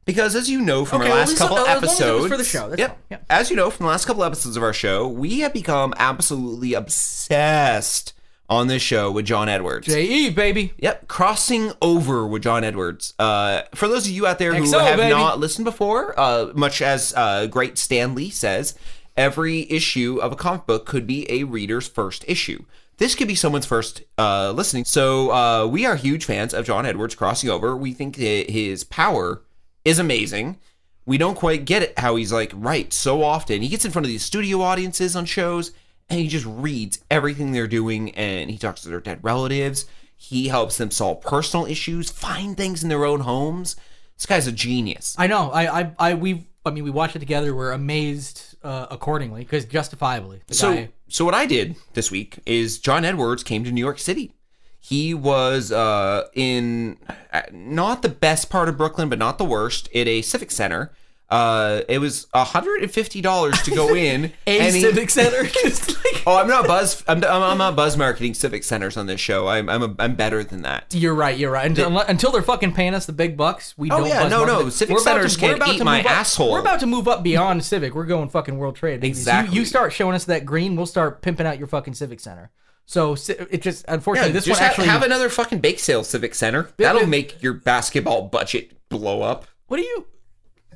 [SPEAKER 5] Because as you know from
[SPEAKER 4] Okay,
[SPEAKER 5] our
[SPEAKER 4] well, at
[SPEAKER 5] last
[SPEAKER 4] least-
[SPEAKER 5] couple
[SPEAKER 4] uh, as long as
[SPEAKER 5] episodes,
[SPEAKER 4] it was for the show, that's
[SPEAKER 5] yep,
[SPEAKER 4] fine, yeah.
[SPEAKER 5] as you know from the last couple episodes of our show, we have become absolutely obsessed on this show with John Edwards.
[SPEAKER 4] JE E, baby.
[SPEAKER 5] Yep, crossing over with John Edwards. Uh, for those of you out there who
[SPEAKER 4] XO,
[SPEAKER 5] have
[SPEAKER 4] baby.
[SPEAKER 5] not listened before, uh, much as uh, great Stan Lee says, every issue of a comic book could be a reader's first issue. This could be someone's first uh, listening. So uh, we are huge fans of John Edwards crossing over. We think that his power is amazing. We don't quite get it how he's like right so often. He gets in front of these studio audiences on shows and he just reads everything they're doing and he talks to their dead relatives. He helps them solve personal issues, find things in their own homes. This guy's a genius.
[SPEAKER 4] I know. I I I we. I mean, we watched it together. We're amazed uh, accordingly because justifiably. The
[SPEAKER 5] So,
[SPEAKER 4] guy-
[SPEAKER 5] so what I did this week is John Edwards came to New York City. He was uh, in uh, not the best part of Brooklyn, but not the worst, at a civic center. Uh, it was $150 to go in.
[SPEAKER 4] a
[SPEAKER 5] and he-
[SPEAKER 4] civic center. just like,
[SPEAKER 5] Oh, I'm not buzz. I'm, I'm, I'm not buzz marketing civic centers on this show. I'm I'm, a, I'm better than that.
[SPEAKER 4] you're right. You're right. Until, until they're fucking paying us the big bucks, we
[SPEAKER 5] Oh,
[SPEAKER 4] don't.
[SPEAKER 5] yeah,
[SPEAKER 4] buzz
[SPEAKER 5] no,
[SPEAKER 4] market
[SPEAKER 5] no,
[SPEAKER 4] it.
[SPEAKER 5] civic
[SPEAKER 4] We're about
[SPEAKER 5] centers
[SPEAKER 4] to,
[SPEAKER 5] can
[SPEAKER 4] we're about
[SPEAKER 5] eat
[SPEAKER 4] to
[SPEAKER 5] my
[SPEAKER 4] move up-
[SPEAKER 5] asshole.
[SPEAKER 4] We're about to move up beyond civic. We're going fucking world trade. babies. You-
[SPEAKER 5] Exactly.
[SPEAKER 4] You, start showing us that green, we'll start pimping out your fucking civic center. So ci- it just unfortunately this
[SPEAKER 5] just
[SPEAKER 4] one
[SPEAKER 5] ha-
[SPEAKER 4] actually
[SPEAKER 5] have another fucking bake sale civic center. That'll make your basketball budget blow up.
[SPEAKER 4] What do you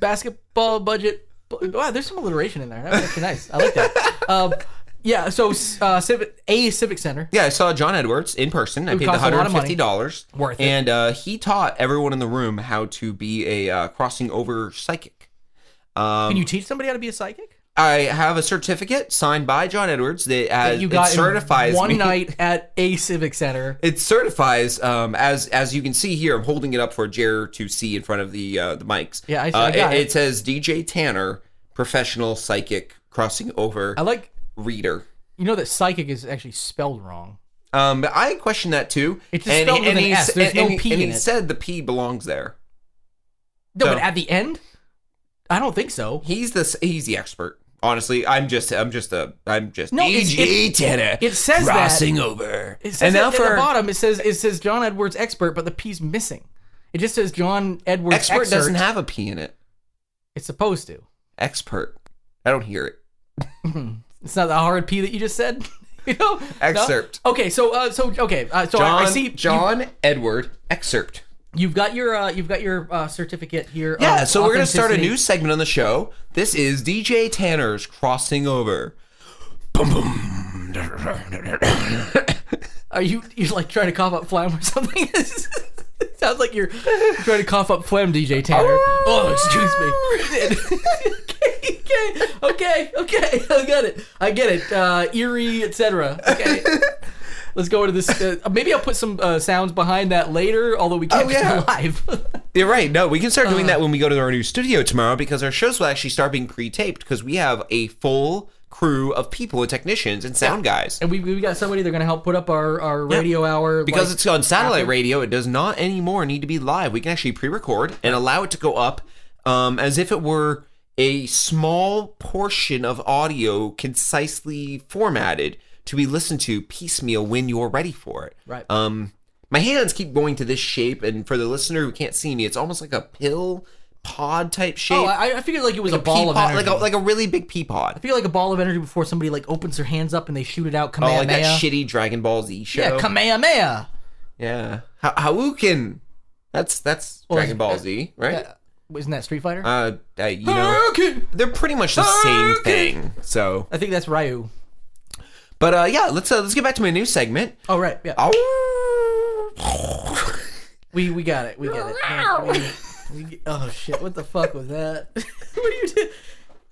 [SPEAKER 4] basketball budget? Wow, there's some alliteration in there. That was actually nice. I like that. Um, yeah. So uh, civic, a civic center.
[SPEAKER 5] Yeah, I saw John Edwards in person. I paid the
[SPEAKER 4] cost a lot
[SPEAKER 5] hundred
[SPEAKER 4] of
[SPEAKER 5] fifty
[SPEAKER 4] money.
[SPEAKER 5] dollars.
[SPEAKER 4] Worth it.
[SPEAKER 5] And uh, he taught everyone in the room how to be a uh, crossing over psychic. Um,
[SPEAKER 4] Can you teach somebody how to be a psychic?
[SPEAKER 5] I have a certificate signed by John Edwards that, has,
[SPEAKER 4] you got
[SPEAKER 5] uh, it
[SPEAKER 4] in
[SPEAKER 5] certifies
[SPEAKER 4] one
[SPEAKER 5] me.
[SPEAKER 4] night at a civic center.
[SPEAKER 5] It certifies, um, as as you can see here, I'm holding it up for Jer to see in front of the uh, the mics.
[SPEAKER 4] Yeah, I- I
[SPEAKER 5] uh,
[SPEAKER 4] got
[SPEAKER 5] it,
[SPEAKER 4] it.
[SPEAKER 5] it says DJ Tanner, professional psychic crossing over
[SPEAKER 4] I like
[SPEAKER 5] reader.
[SPEAKER 4] you know that psychic is actually spelled wrong.
[SPEAKER 5] Um, I question that too.
[SPEAKER 4] It's just spelled with an
[SPEAKER 5] he
[SPEAKER 4] S.
[SPEAKER 5] s-
[SPEAKER 4] There's
[SPEAKER 5] and-
[SPEAKER 4] no
[SPEAKER 5] and he-
[SPEAKER 4] P
[SPEAKER 5] and
[SPEAKER 4] in
[SPEAKER 5] he
[SPEAKER 4] it.
[SPEAKER 5] said the P belongs there.
[SPEAKER 4] No,
[SPEAKER 5] So-
[SPEAKER 4] but at the end, I don't think so.
[SPEAKER 5] He's the s- he's the expert. Honestly, I'm just I'm just a I'm just
[SPEAKER 4] No, it-
[SPEAKER 5] DJ
[SPEAKER 4] it-
[SPEAKER 5] Tanner.
[SPEAKER 4] it says that-
[SPEAKER 5] crossing over.
[SPEAKER 4] It says
[SPEAKER 5] and
[SPEAKER 4] it
[SPEAKER 5] now
[SPEAKER 4] at the
[SPEAKER 5] for
[SPEAKER 4] bottom, it says it says John Edwards expert, but the P's missing. It just says John Edwards
[SPEAKER 5] expert
[SPEAKER 4] excerpt.
[SPEAKER 5] doesn't have a P in it.
[SPEAKER 4] It's supposed to.
[SPEAKER 5] Expert. I don't hear it.
[SPEAKER 4] It's not the hard P that you just said. you know? No?
[SPEAKER 5] Excerpt.
[SPEAKER 4] Okay, so uh, so okay, uh, so I,
[SPEAKER 5] John
[SPEAKER 4] I see
[SPEAKER 5] John Edward excerpt.
[SPEAKER 4] You, have got your uh, you've got your uh, certificate here. of
[SPEAKER 5] Yeah, so we're gonna start a
[SPEAKER 4] authenticity.
[SPEAKER 5] new segment on the show. This is DJ Tanner's crossing over. Boom boom.
[SPEAKER 4] Are you you're like trying to cough up phlegm or something? Sounds like you're trying to cough up phlegm, DJ Tanner. oh, excuse me. okay, okay, okay, I got it. I get it. Uh, eerie, etc. Okay. Let's go into this. Uh, maybe I'll put some uh, sounds behind that later, although we can't
[SPEAKER 5] Oh,
[SPEAKER 4] just
[SPEAKER 5] yeah.
[SPEAKER 4] go live.
[SPEAKER 5] You're right. No, we can start doing that when we go to our new studio tomorrow because our shows will actually start being pre-taped because we have a full crew of people and technicians and sound guys.
[SPEAKER 4] and we, we got somebody they're going to help put up our, our radio hour.
[SPEAKER 5] Because
[SPEAKER 4] like-
[SPEAKER 5] it's on satellite radio, it does not anymore need to be live. We can actually pre-record and allow it to go up um, as if it were a small portion of audio concisely formatted to be listened to piecemeal when you're ready for it.
[SPEAKER 4] Right.
[SPEAKER 5] Um, my hands keep going to this shape, and for the listener who can't see me, it's almost like a pill pod type shape.
[SPEAKER 4] Oh, I, I figured like it was a
[SPEAKER 5] Pea
[SPEAKER 4] ball of
[SPEAKER 5] pod-
[SPEAKER 4] energy.
[SPEAKER 5] like a, like a really big pea pod.
[SPEAKER 4] I feel like a ball of energy before somebody like opens their hands up and they shoot it out.
[SPEAKER 5] Oh,
[SPEAKER 4] Kamehameha.
[SPEAKER 5] like that shitty Dragon Ball Z show.
[SPEAKER 4] Yeah, Kamehameha.
[SPEAKER 5] Yeah. Ha- Hawuken. That's that's Dragon Ball Z, right?
[SPEAKER 4] Yeah. Isn't that Street Fighter?
[SPEAKER 5] Uh, uh, you know, they're pretty much the same
[SPEAKER 4] Hadouken!
[SPEAKER 5] thing. So,
[SPEAKER 4] I think that's Ryu.
[SPEAKER 5] but uh, yeah, let's uh, let's get back to my new segment.
[SPEAKER 4] Oh right, yeah.
[SPEAKER 5] Oh. Ow.
[SPEAKER 4] We we got it. We got it. Yeah, we- we- oh shit! What the fuck was that? what are you doing?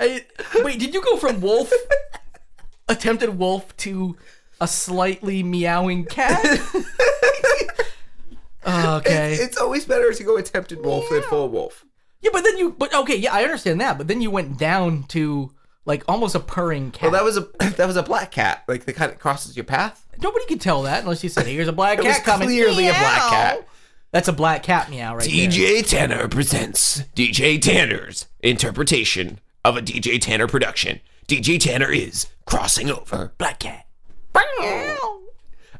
[SPEAKER 4] I, wait, did you go from wolf, attempted wolf, to a slightly meowing cat? okay.
[SPEAKER 5] It's always better to go attempted wolf than full wolf.
[SPEAKER 4] yeah, but then you. But okay, yeah, I understand that. But then you went down to like almost a purring cat.
[SPEAKER 5] Well, that was a that was a black cat, like the kind that crosses your path.
[SPEAKER 4] Nobody could tell that unless you said, "Here's a black
[SPEAKER 5] It
[SPEAKER 4] cat
[SPEAKER 5] was
[SPEAKER 4] coming."
[SPEAKER 5] clearly a black
[SPEAKER 4] Meow.
[SPEAKER 5] cat.
[SPEAKER 4] That's a black cat meow right there.
[SPEAKER 5] Tanner presents DJ Tanner's interpretation of a DJ Tanner production. DJ Tanner is crossing over.
[SPEAKER 4] Black cat.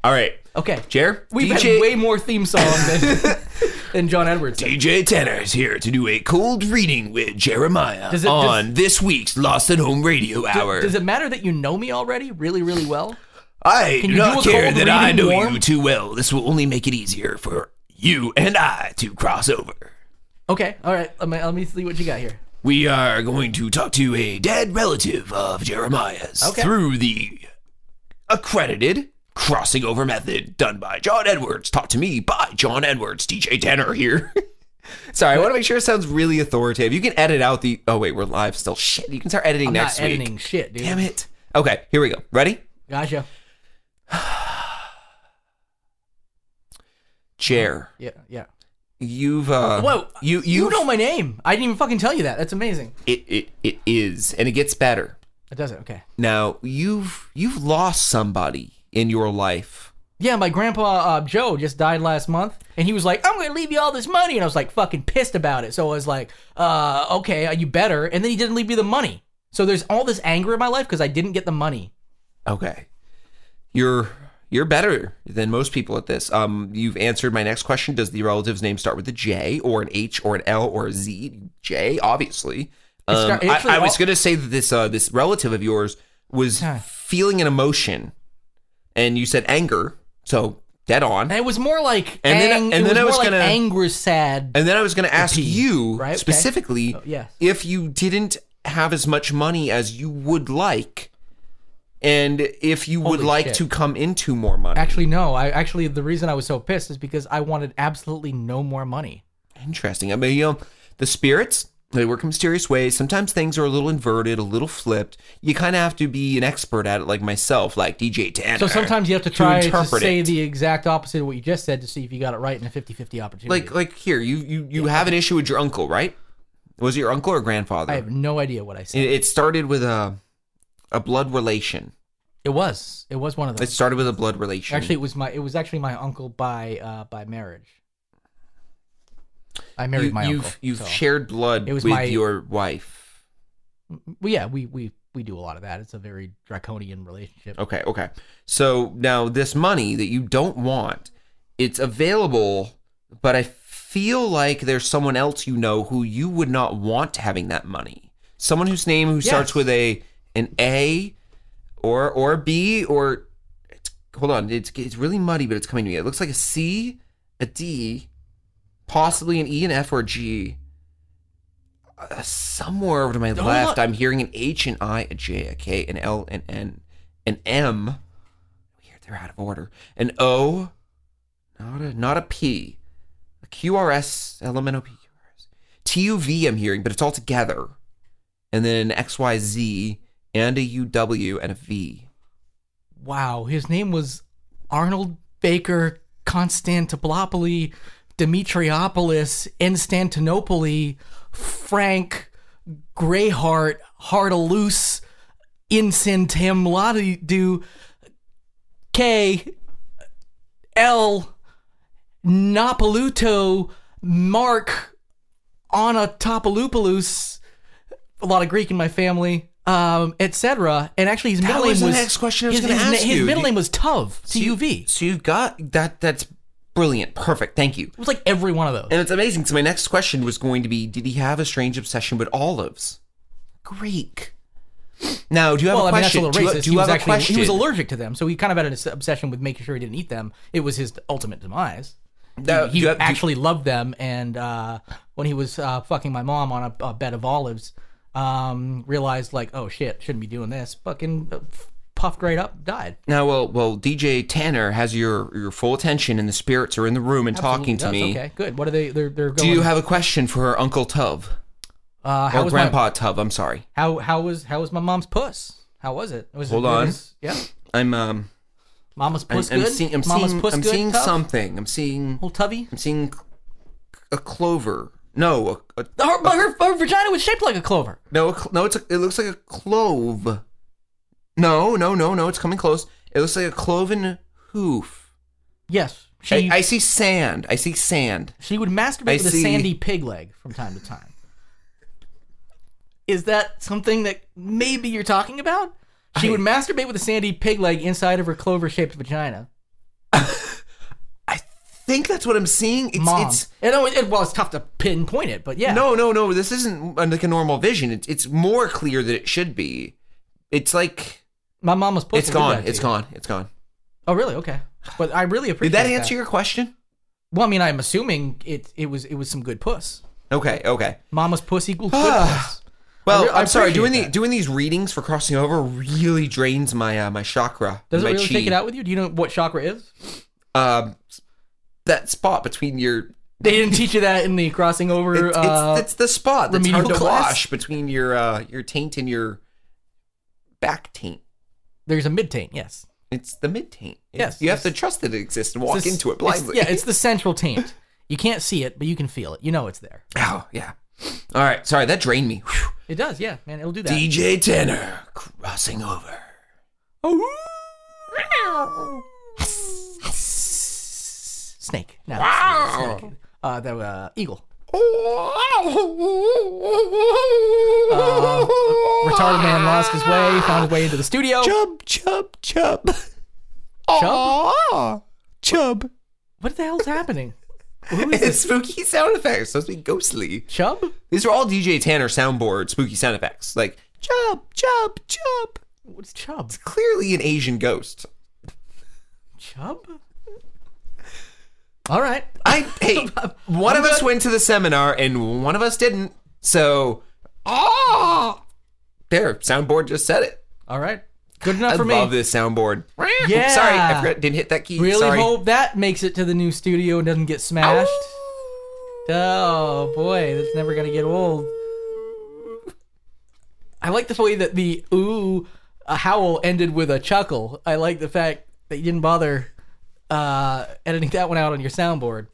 [SPEAKER 5] All right,
[SPEAKER 4] Okay.
[SPEAKER 5] Jer.
[SPEAKER 4] We've had way more theme song than, than John Edwards. did.
[SPEAKER 5] DJ Tanner is here to do a cold reading with Jeremiah
[SPEAKER 4] Does it- does-
[SPEAKER 5] on this week's Lost at Home Radio Hour.
[SPEAKER 4] Does it matter that you know me already really, really well?
[SPEAKER 5] I
[SPEAKER 4] can
[SPEAKER 5] do
[SPEAKER 4] you
[SPEAKER 5] not
[SPEAKER 4] do a
[SPEAKER 5] care
[SPEAKER 4] cold
[SPEAKER 5] that I
[SPEAKER 4] reading
[SPEAKER 5] know
[SPEAKER 4] warm?
[SPEAKER 5] you too well. This will only make it easier for you and I to cross over.
[SPEAKER 4] Okay. All right. Let me, let me see what you got here.
[SPEAKER 5] We are going to talk to a dead relative of Jeremiah's
[SPEAKER 4] Okay.
[SPEAKER 5] through the accredited crossing over method done by John Edwards, taught to me by John Edwards, DJ Tanner here. Sorry, I want to make sure it sounds really authoritative. You can edit out the. Oh, wait, we're live still. Shit, you can start editing
[SPEAKER 4] I'm
[SPEAKER 5] next
[SPEAKER 4] not
[SPEAKER 5] week.
[SPEAKER 4] editing shit, dude.
[SPEAKER 5] Damn it. Okay, here we go. Ready?
[SPEAKER 4] Gotcha.
[SPEAKER 5] Jer,
[SPEAKER 4] Yeah. Yeah.
[SPEAKER 5] you've uh,
[SPEAKER 4] Whoa.
[SPEAKER 5] you
[SPEAKER 4] You,
[SPEAKER 5] you
[SPEAKER 4] know my name. I didn't even fucking tell you that. That's amazing.
[SPEAKER 5] it, it it is, and it gets better.
[SPEAKER 4] It does it. Okay.
[SPEAKER 5] Now you've you've lost somebody in your life.
[SPEAKER 4] Yeah, my grandpa uh, Joe just died last month, and he was like, "I'm gonna leave you all this money," and I was like, "Fucking pissed about it." So I was like, "Uh, okay, uh, you better." And then he didn't leave me the money, so there's all this anger in my life because I didn't get the money.
[SPEAKER 5] Okay. You're you're better than most people at this. Um, you've answered my next question. Does the relative's name start with a J or an H or an L or a Z? J, obviously. Um,
[SPEAKER 4] start-
[SPEAKER 5] I-
[SPEAKER 4] actually,
[SPEAKER 5] I, was
[SPEAKER 4] all-
[SPEAKER 5] going to say that this uh, this relative of yours was
[SPEAKER 4] Huh.
[SPEAKER 5] feeling an emotion, and you said anger, so dead on.
[SPEAKER 4] And it was more like
[SPEAKER 5] And then-
[SPEAKER 4] ang-
[SPEAKER 5] and
[SPEAKER 4] it
[SPEAKER 5] then I
[SPEAKER 4] was
[SPEAKER 5] was
[SPEAKER 4] more
[SPEAKER 5] gonna-
[SPEAKER 4] like anger, sad.
[SPEAKER 5] And then I was going to ask
[SPEAKER 4] P,
[SPEAKER 5] you
[SPEAKER 4] right? Okay.
[SPEAKER 5] specifically
[SPEAKER 4] Oh, yes.
[SPEAKER 5] if you didn't have as much money as you would like, and if you would
[SPEAKER 4] Holy
[SPEAKER 5] like
[SPEAKER 4] shit.
[SPEAKER 5] to come into more money.
[SPEAKER 4] Actually, no. I actually the reason I was so pissed is because I wanted absolutely no more money.
[SPEAKER 5] Interesting. I mean, you know, the spirits They work in mysterious ways. Sometimes things are a little inverted, a little flipped. You kind of have to be an expert at it, like myself, like DJ Tanner.
[SPEAKER 4] So sometimes you have to try to,
[SPEAKER 5] interpret
[SPEAKER 4] say
[SPEAKER 5] it.
[SPEAKER 4] the exact opposite of what you just said to see if you got it right in a 50-50 opportunity.
[SPEAKER 5] like like here you you you have an issue with your uncle, right? Was it your uncle or grandfather?
[SPEAKER 4] I have no idea what I
[SPEAKER 5] it,
[SPEAKER 4] said. It,
[SPEAKER 5] it started with a a blood relation.
[SPEAKER 4] was it was one of
[SPEAKER 5] It
[SPEAKER 4] those.
[SPEAKER 5] started with a blood relation.
[SPEAKER 4] Actually, it was my it was actually my uncle by uh, by marriage. I married
[SPEAKER 5] you,
[SPEAKER 4] my
[SPEAKER 5] you've
[SPEAKER 4] uncle.
[SPEAKER 5] you've
[SPEAKER 4] so-
[SPEAKER 5] shared blood
[SPEAKER 4] It was
[SPEAKER 5] with
[SPEAKER 4] my-
[SPEAKER 5] your wife.
[SPEAKER 4] Well, yeah, we we we do a lot of that. It's a very draconian relationship.
[SPEAKER 5] Okay, okay. So now this money that you don't want, it's available, but I feel like there's someone else you know who you would not want having that money. Someone whose name who starts
[SPEAKER 4] Yes.
[SPEAKER 5] with a an A or or a B or it's, hold on, it's it's really muddy, but it's coming to me. It looks like a C, a D, possibly an E, an F, or a G. Uh, somewhere over to my
[SPEAKER 4] Don't
[SPEAKER 5] left,
[SPEAKER 4] look.
[SPEAKER 5] I'm hearing an H, an I, a J, a K, an L, an N, an M. Weird, they're out of order. An O, not a not a P, a QRS, elemental P, QRS, TUV. I'm hearing, but it's all together, and then an XYZ and a UW and a V.
[SPEAKER 4] Wow, his name was Arnold Baker Constantinople, Dimitriopoulos, Instantinopoli, Frank Greyheart, Hartaloose, Incentim, Latidu, K, L, Napaluto, Mark, Onatopoulos, a lot of Greek in my family, um, etc. And actually, his middle
[SPEAKER 5] was
[SPEAKER 4] name
[SPEAKER 5] the
[SPEAKER 4] was
[SPEAKER 5] next question I was
[SPEAKER 4] his-
[SPEAKER 5] gonna
[SPEAKER 4] his
[SPEAKER 5] ask
[SPEAKER 4] na- His
[SPEAKER 5] you.
[SPEAKER 4] middle
[SPEAKER 5] Do-
[SPEAKER 4] name was Tuv, T U V. It
[SPEAKER 5] So you've got that. That's brilliant. Perfect. Thank you.
[SPEAKER 4] was like every one of those.
[SPEAKER 5] And it's amazing. So my next question was going to be: Did he have a strange obsession with olives? Greek. Now, do you have
[SPEAKER 4] well,
[SPEAKER 5] a
[SPEAKER 4] I mean, that's a
[SPEAKER 5] question?
[SPEAKER 4] little
[SPEAKER 5] do you,
[SPEAKER 4] racist.
[SPEAKER 5] do you
[SPEAKER 4] he, was
[SPEAKER 5] have a
[SPEAKER 4] actually,
[SPEAKER 5] question?
[SPEAKER 4] he was allergic to them, so he kind of had an obs- obsession with making sure he didn't eat them. It was his ultimate demise.
[SPEAKER 5] Now,
[SPEAKER 4] he
[SPEAKER 5] Uh, do you have- do you-
[SPEAKER 4] actually loved them, and uh, when he was uh, fucking my mom on a, a bed of olives, um, realized like, oh shit, shouldn't be doing this. Fucking uh, f- puffed right up, died.
[SPEAKER 5] Now, well, well, DJ Tanner has your your full attention, and the spirits are in the room and talking to
[SPEAKER 4] Absolutely
[SPEAKER 5] me.
[SPEAKER 4] does. Okay, good. What are they? They're, they're
[SPEAKER 5] Do
[SPEAKER 4] going.
[SPEAKER 5] you have a question for Uncle Tub
[SPEAKER 4] uh, how
[SPEAKER 5] or
[SPEAKER 4] was my-
[SPEAKER 5] Grandpa Tub? I'm sorry,
[SPEAKER 4] how how was how was my mom's puss? How was it? Was
[SPEAKER 5] Hold
[SPEAKER 4] it,
[SPEAKER 5] on.
[SPEAKER 4] was- yeah,
[SPEAKER 5] I'm um,
[SPEAKER 4] mama's
[SPEAKER 5] I'm,
[SPEAKER 4] puss
[SPEAKER 5] I'm
[SPEAKER 4] good.
[SPEAKER 5] seeing, I'm
[SPEAKER 4] mama's
[SPEAKER 5] seeing,
[SPEAKER 4] puss
[SPEAKER 5] I'm
[SPEAKER 4] good.
[SPEAKER 5] seeing
[SPEAKER 4] tough?
[SPEAKER 5] something. I'm seeing,
[SPEAKER 4] Old tubby.
[SPEAKER 5] I'm seeing a clover. No, a, a,
[SPEAKER 4] Her, but her, her vagina was shaped like a clover.
[SPEAKER 5] No, a cl- no, it's a, it looks like a clove. No, no, no, no, it's coming close. It looks like a cloven hoof.
[SPEAKER 4] Yes, she
[SPEAKER 5] I, I see sand. I see sand.
[SPEAKER 4] she would masturbate
[SPEAKER 5] I
[SPEAKER 4] with
[SPEAKER 5] see.
[SPEAKER 4] a sandy pig leg from time to time. Is that something that maybe you're talking about? She would masturbate with a sandy pig leg inside of her clover-shaped vagina.
[SPEAKER 5] Think that's what I'm seeing. It's,
[SPEAKER 4] Mom,
[SPEAKER 5] it's
[SPEAKER 4] and, oh, it, well, it's tough to pinpoint it, but yeah,
[SPEAKER 5] no, no, no. This isn't uh, like a normal vision. It's it's more clear than it should be. It's like
[SPEAKER 4] my mama's pussy.
[SPEAKER 5] it's gone. It's gone. It's gone.
[SPEAKER 4] Oh, really? Okay, but I really
[SPEAKER 5] Did
[SPEAKER 4] appreciate
[SPEAKER 5] that answer your question?
[SPEAKER 4] Well, I mean, I'm assuming it it was it was some good puss.
[SPEAKER 5] Okay. Okay.
[SPEAKER 4] Mama's puss equals good puss.
[SPEAKER 5] Well,
[SPEAKER 4] re- I
[SPEAKER 5] I'm sorry.
[SPEAKER 4] appreciate
[SPEAKER 5] Doing the
[SPEAKER 4] that.
[SPEAKER 5] doing these readings for crossing over really drains my uh, my chakra.
[SPEAKER 4] Does it
[SPEAKER 5] my
[SPEAKER 4] really
[SPEAKER 5] chi.
[SPEAKER 4] take it out with you? Do you know what chakra is?
[SPEAKER 5] Um, that spot between your
[SPEAKER 4] They didn't teach you that in the crossing over.
[SPEAKER 5] It's, it's,
[SPEAKER 4] uh,
[SPEAKER 5] it's the spot that's hard
[SPEAKER 4] remedial
[SPEAKER 5] to
[SPEAKER 4] class?
[SPEAKER 5] wash between your uh, your taint and your back taint.
[SPEAKER 4] there's a mid taint, yes.
[SPEAKER 5] It's the mid taint.
[SPEAKER 4] Yes,
[SPEAKER 5] you have
[SPEAKER 4] yes.
[SPEAKER 5] to trust that it exists and walk
[SPEAKER 4] It's-
[SPEAKER 5] into it
[SPEAKER 4] it's-
[SPEAKER 5] blindly.
[SPEAKER 4] yeah, it's the central taint. You can't see it, but you can feel it. You know it's there.
[SPEAKER 5] oh yeah. All right, sorry that drained me. Whew.
[SPEAKER 4] It does, yeah, man. It'll do that.
[SPEAKER 5] DJ Tanner crossing over.
[SPEAKER 4] Oh. Snake. No, it's not a snake. Uh, the uh, eagle. Uh, retarded man lost his way, found his way into the studio.
[SPEAKER 5] Chub, chub, chub.
[SPEAKER 4] Chub?
[SPEAKER 5] Ah, chub.
[SPEAKER 4] What the hell's happening? Who is
[SPEAKER 5] It's
[SPEAKER 4] this?
[SPEAKER 5] spooky sound effects. Supposed to be ghostly.
[SPEAKER 4] Chub?
[SPEAKER 5] These are all DJ Tanner soundboard spooky sound effects. Like chub, chub, chub.
[SPEAKER 4] What's Chub?
[SPEAKER 5] Clearly an Asian ghost.
[SPEAKER 4] Chub? All right.
[SPEAKER 5] I hey, one of us went to the seminar and one of us didn't. So ah, there, soundboard just said it.
[SPEAKER 4] All right. Good enough
[SPEAKER 5] I
[SPEAKER 4] for me.
[SPEAKER 5] love this soundboard.
[SPEAKER 4] Yeah.
[SPEAKER 5] Sorry, I forgot, didn't hit that key.
[SPEAKER 4] Really
[SPEAKER 5] Sorry.
[SPEAKER 4] hope that makes it to the new studio and doesn't get smashed. Oh boy, that's never gonna get old. I like the way that the ooh uh, howl ended with a chuckle. I like the fact that you didn't bother uh, editing that one out on your soundboard.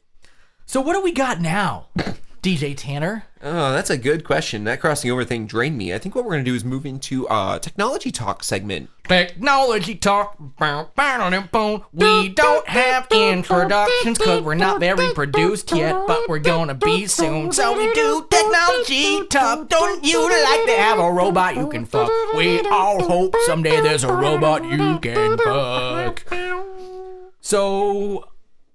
[SPEAKER 4] So what do we got now, DJ Tanner?
[SPEAKER 5] Oh, that's a good question. That crossing over thing drained me. I think what we're going to do is move into uh technology talk segment.
[SPEAKER 4] Technology talk. bow, bow, dum, boom. We don't have introductions because we're not very produced yet, but we're gonna be soon. So we do technology talk. Don't you like to have a robot you can fuck? We all hope someday there's a robot you can fuck. So.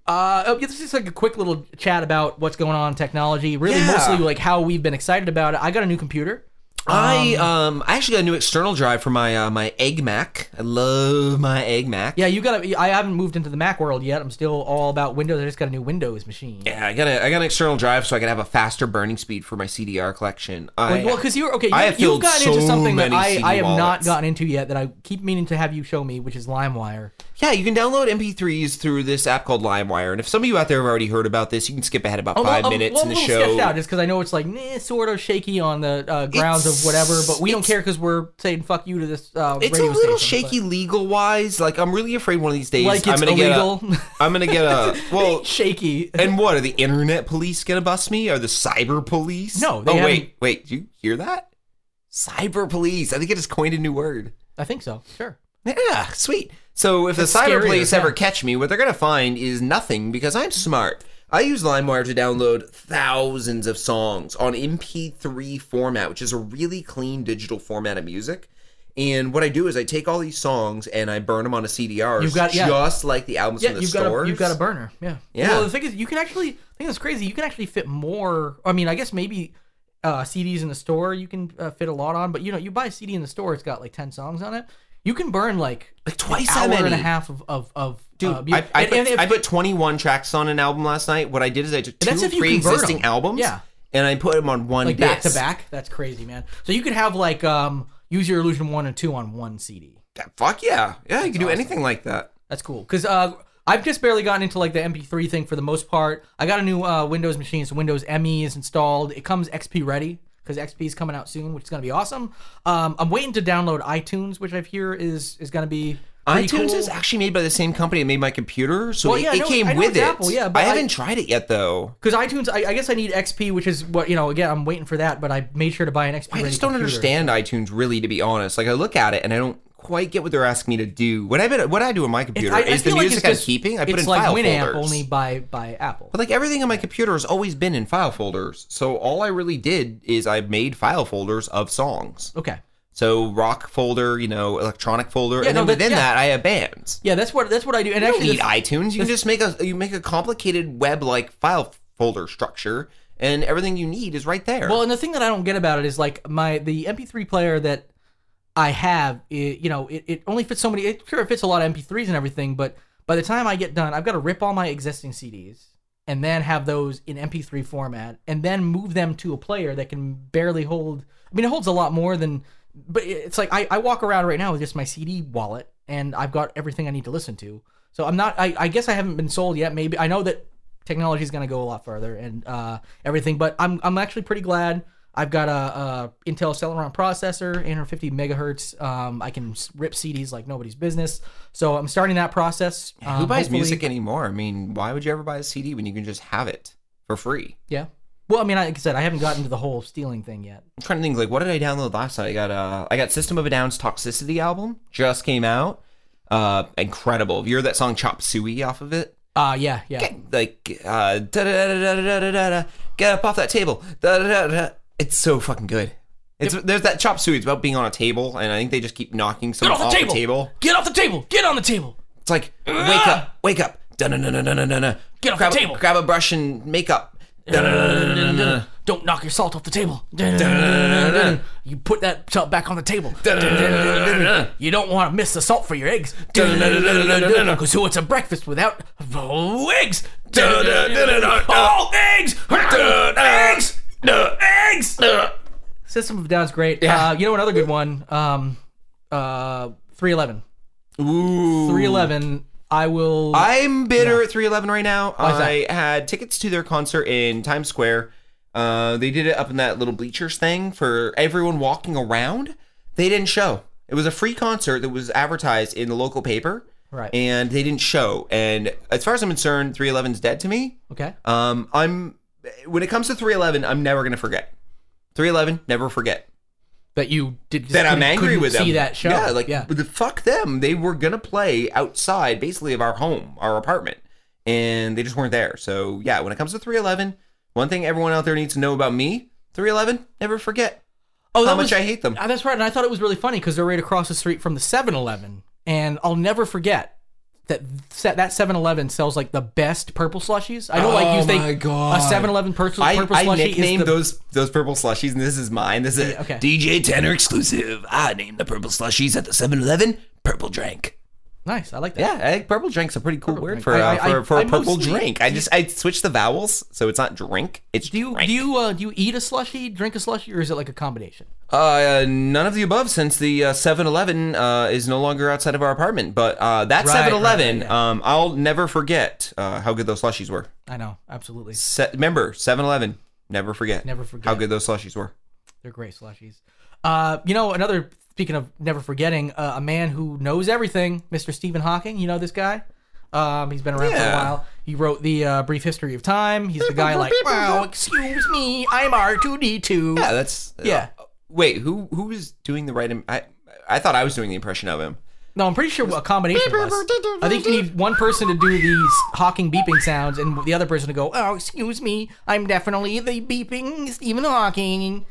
[SPEAKER 4] Uh, oh, yeah, this is like a quick little chat about what's going on in technology. Really,
[SPEAKER 5] Yeah.
[SPEAKER 4] mostly like how we've been excited about it. I got a new computer.
[SPEAKER 5] I um I actually got a new external drive for my uh, my Egg Mac. I love my Egg Mac.
[SPEAKER 4] Yeah, you got. I haven't moved into the Mac world yet. I'm still all about Windows. I just got a new Windows machine.
[SPEAKER 5] Yeah, I got a I got an external drive so I can have a faster burning speed for my CDR collection. I,
[SPEAKER 4] Like, well, because you're okay. You,
[SPEAKER 5] I have
[SPEAKER 4] you've
[SPEAKER 5] filled
[SPEAKER 4] gotten
[SPEAKER 5] so
[SPEAKER 4] into something that
[SPEAKER 5] many
[SPEAKER 4] I,
[SPEAKER 5] CD
[SPEAKER 4] I have not
[SPEAKER 5] wallets.
[SPEAKER 4] gotten into yet that I keep meaning to have you show me, which is LimeWire.
[SPEAKER 5] yeah, you can download MP3s through this app called LimeWire. And if some of you out there have already heard about this, you can skip ahead about
[SPEAKER 4] Oh,
[SPEAKER 5] five
[SPEAKER 4] well,
[SPEAKER 5] minutes
[SPEAKER 4] well,
[SPEAKER 5] in the
[SPEAKER 4] I'm a little sketched
[SPEAKER 5] show.
[SPEAKER 4] out just because I know it's like eh, sort of shaky on the uh, grounds
[SPEAKER 5] It's-
[SPEAKER 4] of whatever, but we don't
[SPEAKER 5] it's-
[SPEAKER 4] care because we're saying fuck you to this uh,
[SPEAKER 5] It's a
[SPEAKER 4] radio
[SPEAKER 5] little
[SPEAKER 4] station,
[SPEAKER 5] shaky legal wise. Like I'm really afraid one of these days
[SPEAKER 4] Like
[SPEAKER 5] I'm
[SPEAKER 4] it's
[SPEAKER 5] gonna
[SPEAKER 4] illegal.
[SPEAKER 5] get a, I'm gonna get a well
[SPEAKER 4] but shaky.
[SPEAKER 5] And what are the internet police gonna bust me? Are the cyber police?
[SPEAKER 4] No, they
[SPEAKER 5] oh
[SPEAKER 4] haven't-
[SPEAKER 5] wait, wait, did you hear that? Cyber police. I think I just coined a new word.
[SPEAKER 4] I think so. Sure.
[SPEAKER 5] Yeah, sweet. So if
[SPEAKER 4] It's
[SPEAKER 5] the cyber
[SPEAKER 4] scarier,
[SPEAKER 5] police ever
[SPEAKER 4] yeah.
[SPEAKER 5] catch me, what they're gonna find is nothing because I'm smart. I use LimeWire to download thousands of songs on MP3 format, which is a really clean digital format of music. And what I do is I take all these songs and I burn them on a CDR,
[SPEAKER 4] You've got- yeah.
[SPEAKER 5] just like the albums
[SPEAKER 4] Yeah,
[SPEAKER 5] from the
[SPEAKER 4] you've got
[SPEAKER 5] stores.
[SPEAKER 4] a, you've got a burner. Yeah.
[SPEAKER 5] Yeah.
[SPEAKER 4] Well, the thing is, you can actually. I think that's crazy. You can actually fit more. I mean, I guess maybe uh, CDs in the store you can uh, fit a lot on, but you know, you buy a CD in the store, it's got like ten songs on it. You can burn like
[SPEAKER 5] Like twice
[SPEAKER 4] an
[SPEAKER 5] that
[SPEAKER 4] hour and a
[SPEAKER 5] many.
[SPEAKER 4] half of of, of
[SPEAKER 5] Dude,
[SPEAKER 4] uh, mu-
[SPEAKER 5] I, I,
[SPEAKER 4] and-
[SPEAKER 5] put,
[SPEAKER 4] and if-
[SPEAKER 5] I put 21 tracks on an album last night. What I did is I took two
[SPEAKER 4] That's if you convert
[SPEAKER 5] pre-existing
[SPEAKER 4] 'em.
[SPEAKER 5] albums,
[SPEAKER 4] Yeah.
[SPEAKER 5] and I put them on one
[SPEAKER 4] like back
[SPEAKER 5] disc.
[SPEAKER 4] to back. That's crazy, man. So you could have like um, use your illusion one and two on one CD.
[SPEAKER 5] That- Fuck yeah, yeah, you can do anything like that.
[SPEAKER 4] That's cool. Cause uh, I've just barely gotten into like the MP3 thing for the most part. I got a new uh, Windows machine, so Windows ME is installed. It comes XP ready because XP is coming out soon, which is gonna be awesome. Um, I'm waiting to download iTunes, which I hear is is gonna be pretty
[SPEAKER 5] iTunes
[SPEAKER 4] cool.
[SPEAKER 5] is actually made by the same company that made my computer, so
[SPEAKER 4] Well,
[SPEAKER 5] it,
[SPEAKER 4] yeah, I
[SPEAKER 5] it
[SPEAKER 4] know- I
[SPEAKER 5] came
[SPEAKER 4] know
[SPEAKER 5] with
[SPEAKER 4] it's
[SPEAKER 5] it.
[SPEAKER 4] Apple, yeah, but
[SPEAKER 5] I
[SPEAKER 4] I-
[SPEAKER 5] haven't tried it yet though.
[SPEAKER 4] Because iTunes, I, I guess I need XP, which is what you know. Again, I'm waiting for that, but I made sure to buy an XP.
[SPEAKER 5] I
[SPEAKER 4] ready
[SPEAKER 5] just don't
[SPEAKER 4] computer.
[SPEAKER 5] understand iTunes really, to be honest. Like I look at it and I don't quite get what they're asking me to do. What I what I do on my computer
[SPEAKER 4] I- I
[SPEAKER 5] is the
[SPEAKER 4] feel like
[SPEAKER 5] music
[SPEAKER 4] it's
[SPEAKER 5] I'm
[SPEAKER 4] just-
[SPEAKER 5] keeping. I put
[SPEAKER 4] it's
[SPEAKER 5] in
[SPEAKER 4] like
[SPEAKER 5] file
[SPEAKER 4] Winamp
[SPEAKER 5] folders.
[SPEAKER 4] only by by Apple.
[SPEAKER 5] But like everything on my computer has always been in file folders. So all I really did is I made file folders of songs.
[SPEAKER 4] Okay.
[SPEAKER 5] So rock folder, you know, electronic folder,
[SPEAKER 4] no,
[SPEAKER 5] and then
[SPEAKER 4] that-
[SPEAKER 5] within
[SPEAKER 4] yeah.
[SPEAKER 5] that I have bands.
[SPEAKER 4] Yeah, that's what that's what I do. And
[SPEAKER 5] You don't
[SPEAKER 4] actually,
[SPEAKER 5] need
[SPEAKER 4] this-
[SPEAKER 5] iTunes. You can just make a you make a complicated web like file folder structure and everything you need is right there.
[SPEAKER 4] Well, and the thing that I don't get about it is like my the MP3 player that I have, it, you know, it, it only fits so many. It sure it fits a lot of MP3s and everything, but by the time I get done, I've got to rip all my existing CDs and then have those in MP3 format and then move them to a player that can barely hold. I mean, it holds a lot more than, but it- it's like I, I walk around right now with just my CD wallet and I've got everything I need to listen to. So I'm not. I, I guess I haven't been sold yet. Maybe I know that technology is going to go a lot further and uh, everything. But I'm, I'm actually pretty glad I've got a, a Intel Celeron processor, 850 megahertz. Um, I can s- rip CDs like nobody's business. So I'm starting that process.
[SPEAKER 5] Who
[SPEAKER 4] Um,
[SPEAKER 5] buys
[SPEAKER 4] hopefully-
[SPEAKER 5] music anymore? I mean, why would you ever buy a CD when you can just have it for free?
[SPEAKER 4] Yeah. Well, I mean, like I said, I haven't gotten to the whole stealing thing yet.
[SPEAKER 5] I'm trying to think like what did I download last night? I got uh I got System of a Down's Toxicity album just came out. Uh incredible. Have you heard that song Chop Suey off of it?
[SPEAKER 4] Uh, yeah, yeah.
[SPEAKER 5] Like uh da da da da da da da da get up off that table. Da da da da it's so fucking good. It's there's that chop suey, it's about being on a table and I think they just keep knocking
[SPEAKER 4] Get
[SPEAKER 5] someone
[SPEAKER 4] off the table!
[SPEAKER 5] table.
[SPEAKER 4] Get off the table! Get on the table!
[SPEAKER 5] It's like wake up, wake up. Da na na na na na na.
[SPEAKER 4] Get off the
[SPEAKER 5] grab,
[SPEAKER 4] table.
[SPEAKER 5] Grab a brush and make up.
[SPEAKER 4] Don't knock your salt off the table. You put that salt back on the table. You don't want to miss the salt for your eggs. Because who wants a breakfast without oh, eggs? All eggs! Eggs! Eggs! System of Down's great. Uh, you know another good one? Um, uh, 311.
[SPEAKER 5] Ooh.
[SPEAKER 4] 311. I will.
[SPEAKER 5] I'm bitter at 311 right now.
[SPEAKER 4] is that?
[SPEAKER 5] I had tickets to their concert in Times Square. Uh, they did it up in that little bleachers thing for everyone walking around. They didn't show. It was a free concert that was advertised in the local paper.
[SPEAKER 4] Right.
[SPEAKER 5] And they didn't show. And as far as I'm concerned, 311's dead to me.
[SPEAKER 4] Okay.
[SPEAKER 5] Um, I'm when it comes to 311, I'm never gonna forget. 311, never forget.
[SPEAKER 4] That you did. just
[SPEAKER 5] That I'm
[SPEAKER 4] couldn't-
[SPEAKER 5] angry
[SPEAKER 4] couldn't
[SPEAKER 5] with them.
[SPEAKER 4] See that show?
[SPEAKER 5] Yeah, like
[SPEAKER 4] yeah.
[SPEAKER 5] the fuck them. They were gonna play outside, basically of our home, our apartment, and they just weren't there. So yeah, when it comes to 311, one thing everyone out there needs to know about me: 311, never forget.
[SPEAKER 4] Oh,
[SPEAKER 5] how
[SPEAKER 4] that
[SPEAKER 5] much I hate them.
[SPEAKER 4] Ah, that's right. And I thought it was really funny because they're right across the street from the 7 Eleven. And I'll never forget that se- that 7 Eleven sells like the best purple slushies. I know, like, you
[SPEAKER 6] Oh,
[SPEAKER 4] think
[SPEAKER 6] my God.
[SPEAKER 4] a 7 Eleven purple,
[SPEAKER 5] I,
[SPEAKER 4] purple
[SPEAKER 5] I
[SPEAKER 4] slushie
[SPEAKER 5] nicknamed
[SPEAKER 4] is the
[SPEAKER 5] those those purple slushies, and this is mine. This is
[SPEAKER 4] okay.
[SPEAKER 6] DJ Tanner exclusive. I named the purple slushies at the 7 Eleven Purple Drank.
[SPEAKER 4] Nice. I like that.
[SPEAKER 5] Yeah, I think purple drink's a pretty cool word
[SPEAKER 4] drink.
[SPEAKER 5] for
[SPEAKER 4] I-
[SPEAKER 5] uh,
[SPEAKER 4] I-
[SPEAKER 5] for, for
[SPEAKER 4] I
[SPEAKER 5] a purple
[SPEAKER 4] mostly-
[SPEAKER 5] drink. I just I switched the vowels, so it's not drink. It's
[SPEAKER 4] Do you
[SPEAKER 5] drink.
[SPEAKER 4] do you uh, do you eat a slushie, drink a slushie, or is it like a combination?
[SPEAKER 5] Uh, none of the above, since the uh, 7-Eleven uh, is no longer outside of our apartment. But uh, that
[SPEAKER 4] Right,
[SPEAKER 5] 7-Eleven,
[SPEAKER 4] right,
[SPEAKER 5] um, I'll never forget uh, how good those slushies were.
[SPEAKER 4] I know, absolutely.
[SPEAKER 5] Se- remember, 7-Eleven, never forget.
[SPEAKER 4] Never forget.
[SPEAKER 5] how good those slushies were.
[SPEAKER 4] They're great slushies. Uh, you know, another speaking of never forgetting, uh, a man who knows everything, Mr. Stephen Hawking. You know this guy. Um, he's been around for a
[SPEAKER 5] Yeah.
[SPEAKER 4] while. He wrote the uh, Brief History of Time. He's the guy like, wow, excuse me, I'm R two D two.
[SPEAKER 5] Yeah, that's
[SPEAKER 4] Yeah.
[SPEAKER 5] uh, wait, who who was doing the right? Im- I I thought I was doing the impression of him.
[SPEAKER 4] No, I'm pretty sure a combination of us. I think you need one person to do these Hawking beeping sounds and the other person to go, oh, excuse me, I'm definitely the beeping Stephen Hawking.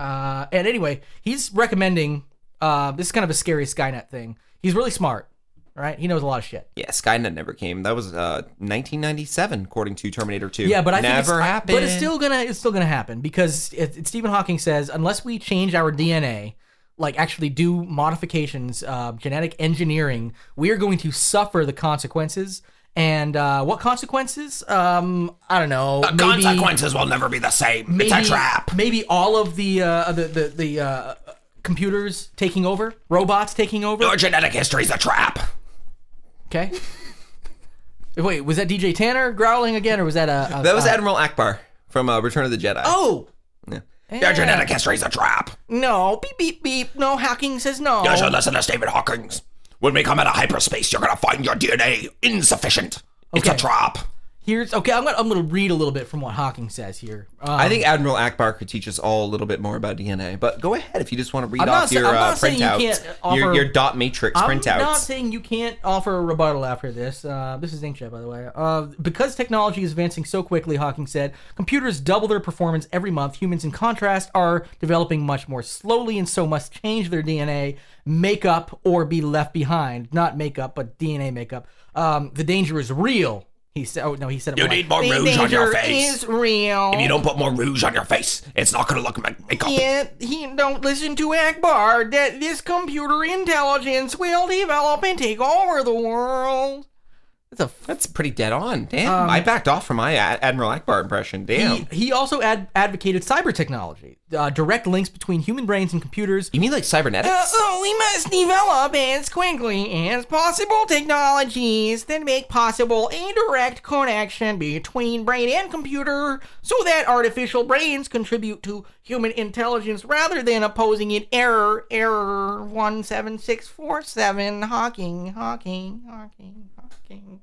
[SPEAKER 4] Uh, and anyway, he's recommending uh, this is kind of a scary Skynet thing. He's really smart, right? He knows a lot of shit.
[SPEAKER 5] Yeah, Skynet never came. That was uh 1997, according to Terminator 2.
[SPEAKER 4] Yeah, but I
[SPEAKER 5] never
[SPEAKER 4] think it's,
[SPEAKER 5] happened.
[SPEAKER 4] But it's still gonna it's still gonna happen because it, it, Stephen Hawking says unless we change our DNA, like actually do modifications, uh, genetic engineering, we are going to suffer the consequences. And uh, what consequences? Um, I don't know.
[SPEAKER 6] The consequences will never be the same.
[SPEAKER 4] Maybe,
[SPEAKER 6] it's a trap.
[SPEAKER 4] Maybe all of the uh, the the, the uh, computers taking over, robots taking over.
[SPEAKER 6] Your genetic history's a trap.
[SPEAKER 4] Okay. Wait, was that DJ Tanner growling again, or was that a? a
[SPEAKER 5] that was
[SPEAKER 4] a-
[SPEAKER 5] Admiral Akbar from uh, Return of the Jedi.
[SPEAKER 4] Uh, Oh.
[SPEAKER 6] Your genetic history's a trap.
[SPEAKER 4] No, beep beep beep. No, Hawking says no.
[SPEAKER 6] You should listen to Stephen Hawking's. When we come out of hyperspace, you're gonna find your DNA insufficient. It's
[SPEAKER 4] Okay.
[SPEAKER 6] a trap.
[SPEAKER 4] Here's okay. I'm gonna I'm gonna read a little bit from what Hawking says here. Um,
[SPEAKER 5] I think Admiral Akbar could teach us all a little bit more about DNA, but go ahead if you just want to read
[SPEAKER 4] I'm not
[SPEAKER 5] off
[SPEAKER 4] sa-
[SPEAKER 5] your
[SPEAKER 4] I'm
[SPEAKER 5] uh,
[SPEAKER 4] not saying you
[SPEAKER 5] printouts,
[SPEAKER 4] can't
[SPEAKER 5] your,
[SPEAKER 4] offer-
[SPEAKER 5] your dot matrix
[SPEAKER 4] Um, I'm
[SPEAKER 5] printouts.
[SPEAKER 4] not saying you can't offer a rebuttal after this. Uh, this is Inkjet, by the way. Uh, because technology is advancing so quickly, Hawking said, computers double their performance every month. Humans, in contrast, are developing much more slowly and so must change their DNA, makeup, or be left behind. Not makeup, but DNA makeup. Um, the danger is real. He said, "Oh no," he said. it
[SPEAKER 6] You
[SPEAKER 4] more like,
[SPEAKER 6] need more
[SPEAKER 4] "The
[SPEAKER 6] rouge on your
[SPEAKER 4] danger
[SPEAKER 6] face."
[SPEAKER 4] Is real.
[SPEAKER 6] If you don't put more rouge on your face, it's not gonna look like makeup.
[SPEAKER 4] Yet he don't listen to Akbar that this computer intelligence will develop and take over the world. That's a f-
[SPEAKER 5] That's pretty dead on. Damn, I backed off from my Ad- Admiral Akbar impression. Damn.
[SPEAKER 4] Um, he, he also ad- advocated cyber technology, uh, direct links between human brains and computers.
[SPEAKER 5] you mean like cybernetics?
[SPEAKER 4] Uh, so we must develop as quickly as possible technologies that make possible a direct connection between brain and computer so that artificial brains contribute to human intelligence rather than opposing it. Error, error, 17647, Hawking, Hawking, Hawking, Hawking.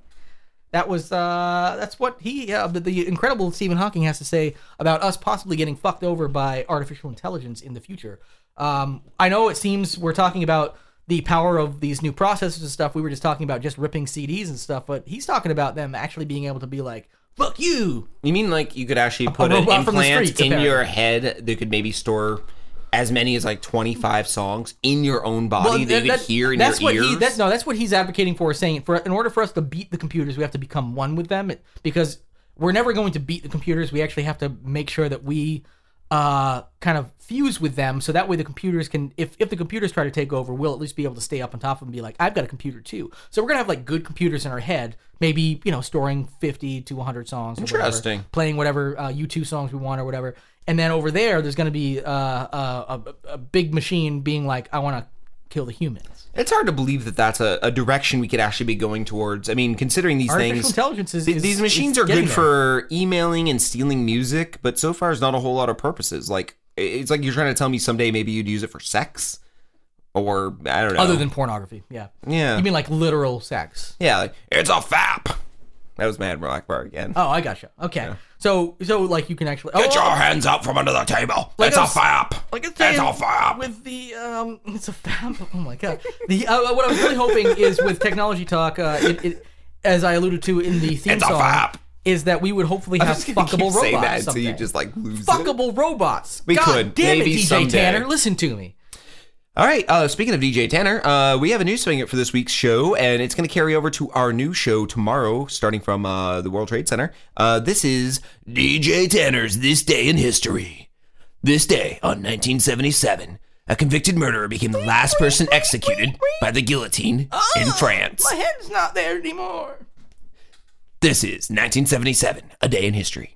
[SPEAKER 4] That was uh, that's what he uh, the, the incredible Stephen Hawking has to say about us possibly getting fucked over by artificial intelligence in the future. Um, I know it seems we're talking about the power of these new processors and stuff. We were just talking about just ripping CDs and stuff, but he's talking about them actually being able to be like, "Fuck you."
[SPEAKER 5] you mean like you could actually put an
[SPEAKER 4] robot from the
[SPEAKER 5] implant
[SPEAKER 4] streets,
[SPEAKER 5] in
[SPEAKER 4] apparently.
[SPEAKER 5] your head that could maybe store as many as like 25 songs in your own body that you could hear in
[SPEAKER 4] that's
[SPEAKER 5] your
[SPEAKER 4] what
[SPEAKER 5] ears?
[SPEAKER 4] he that's no that's what he's advocating for saying for in order for us to beat the computers we have to become one with them It- because we're never going to beat the computers we actually have to make sure that we uh kind of fuse with them so that way the computers can if if the computers try to take over we'll at least be able to stay up on top of them and be like I've got a computer too so we're gonna have like good computers in our head maybe you know storing 50 to 100 songs or whatever,
[SPEAKER 5] Interesting.
[SPEAKER 4] playing whatever uh, U2 songs we want or whatever. And then over there, there's going to be uh, a, a, a big machine being like, I want to kill the humans.
[SPEAKER 5] It's hard to believe that that's a, a direction we could actually be going towards. I mean, considering these
[SPEAKER 4] Artificial
[SPEAKER 5] things,
[SPEAKER 4] intelligence is-
[SPEAKER 5] th-
[SPEAKER 4] is-
[SPEAKER 5] these machines
[SPEAKER 4] is
[SPEAKER 5] are
[SPEAKER 4] getting
[SPEAKER 5] good for emailing and stealing music, but so far, it's not a whole lot of purposes. Like, i- it's like you're trying to tell me someday maybe you'd use it for sex. or I don't know.
[SPEAKER 4] Other than pornography, yeah.
[SPEAKER 5] uh, Yeah.
[SPEAKER 4] You mean like literal sex?
[SPEAKER 5] yeah, like,
[SPEAKER 6] It's a fap.
[SPEAKER 5] that was Mad Rock Bar again.
[SPEAKER 4] Oh, I gotcha. Okay. So, so like you can actually
[SPEAKER 6] Get
[SPEAKER 4] oh,
[SPEAKER 6] your hands out from under the table.
[SPEAKER 4] Like
[SPEAKER 6] it's
[SPEAKER 4] I
[SPEAKER 6] a
[SPEAKER 4] was-
[SPEAKER 6] fap.
[SPEAKER 4] Like
[SPEAKER 6] it's
[SPEAKER 4] it's
[SPEAKER 6] a
[SPEAKER 4] saying,
[SPEAKER 6] fap.
[SPEAKER 4] with the um, it's a fab. Oh my god. The uh, what I was really hoping is with technology talk. Uh, it, it, as I alluded to in the theme
[SPEAKER 6] It's a
[SPEAKER 4] song,
[SPEAKER 6] fab.
[SPEAKER 4] is that we would hopefully have
[SPEAKER 5] Just gonna keep
[SPEAKER 4] fuckable
[SPEAKER 5] saying that
[SPEAKER 4] robots.
[SPEAKER 5] until you
[SPEAKER 4] someday.
[SPEAKER 5] just like lose it.
[SPEAKER 4] fuckable robots.
[SPEAKER 5] We
[SPEAKER 4] god
[SPEAKER 5] could.
[SPEAKER 4] Damn
[SPEAKER 5] Maybe
[SPEAKER 4] it, DJ
[SPEAKER 5] someday.
[SPEAKER 4] Tanner, listen to me.
[SPEAKER 5] All right. Uh, speaking of DJ Tanner, uh, we have a new swing it for this week's show, and it's going to carry over to our new show tomorrow, starting from uh, the World Trade Center. Uh, this is
[SPEAKER 6] DJ Tanner's This Day in History. This day, on 1977, a convicted murderer became the last person executed by the guillotine in
[SPEAKER 4] Oh,
[SPEAKER 6] France.
[SPEAKER 4] head's not there anymore.
[SPEAKER 6] This is 1977, a day in history.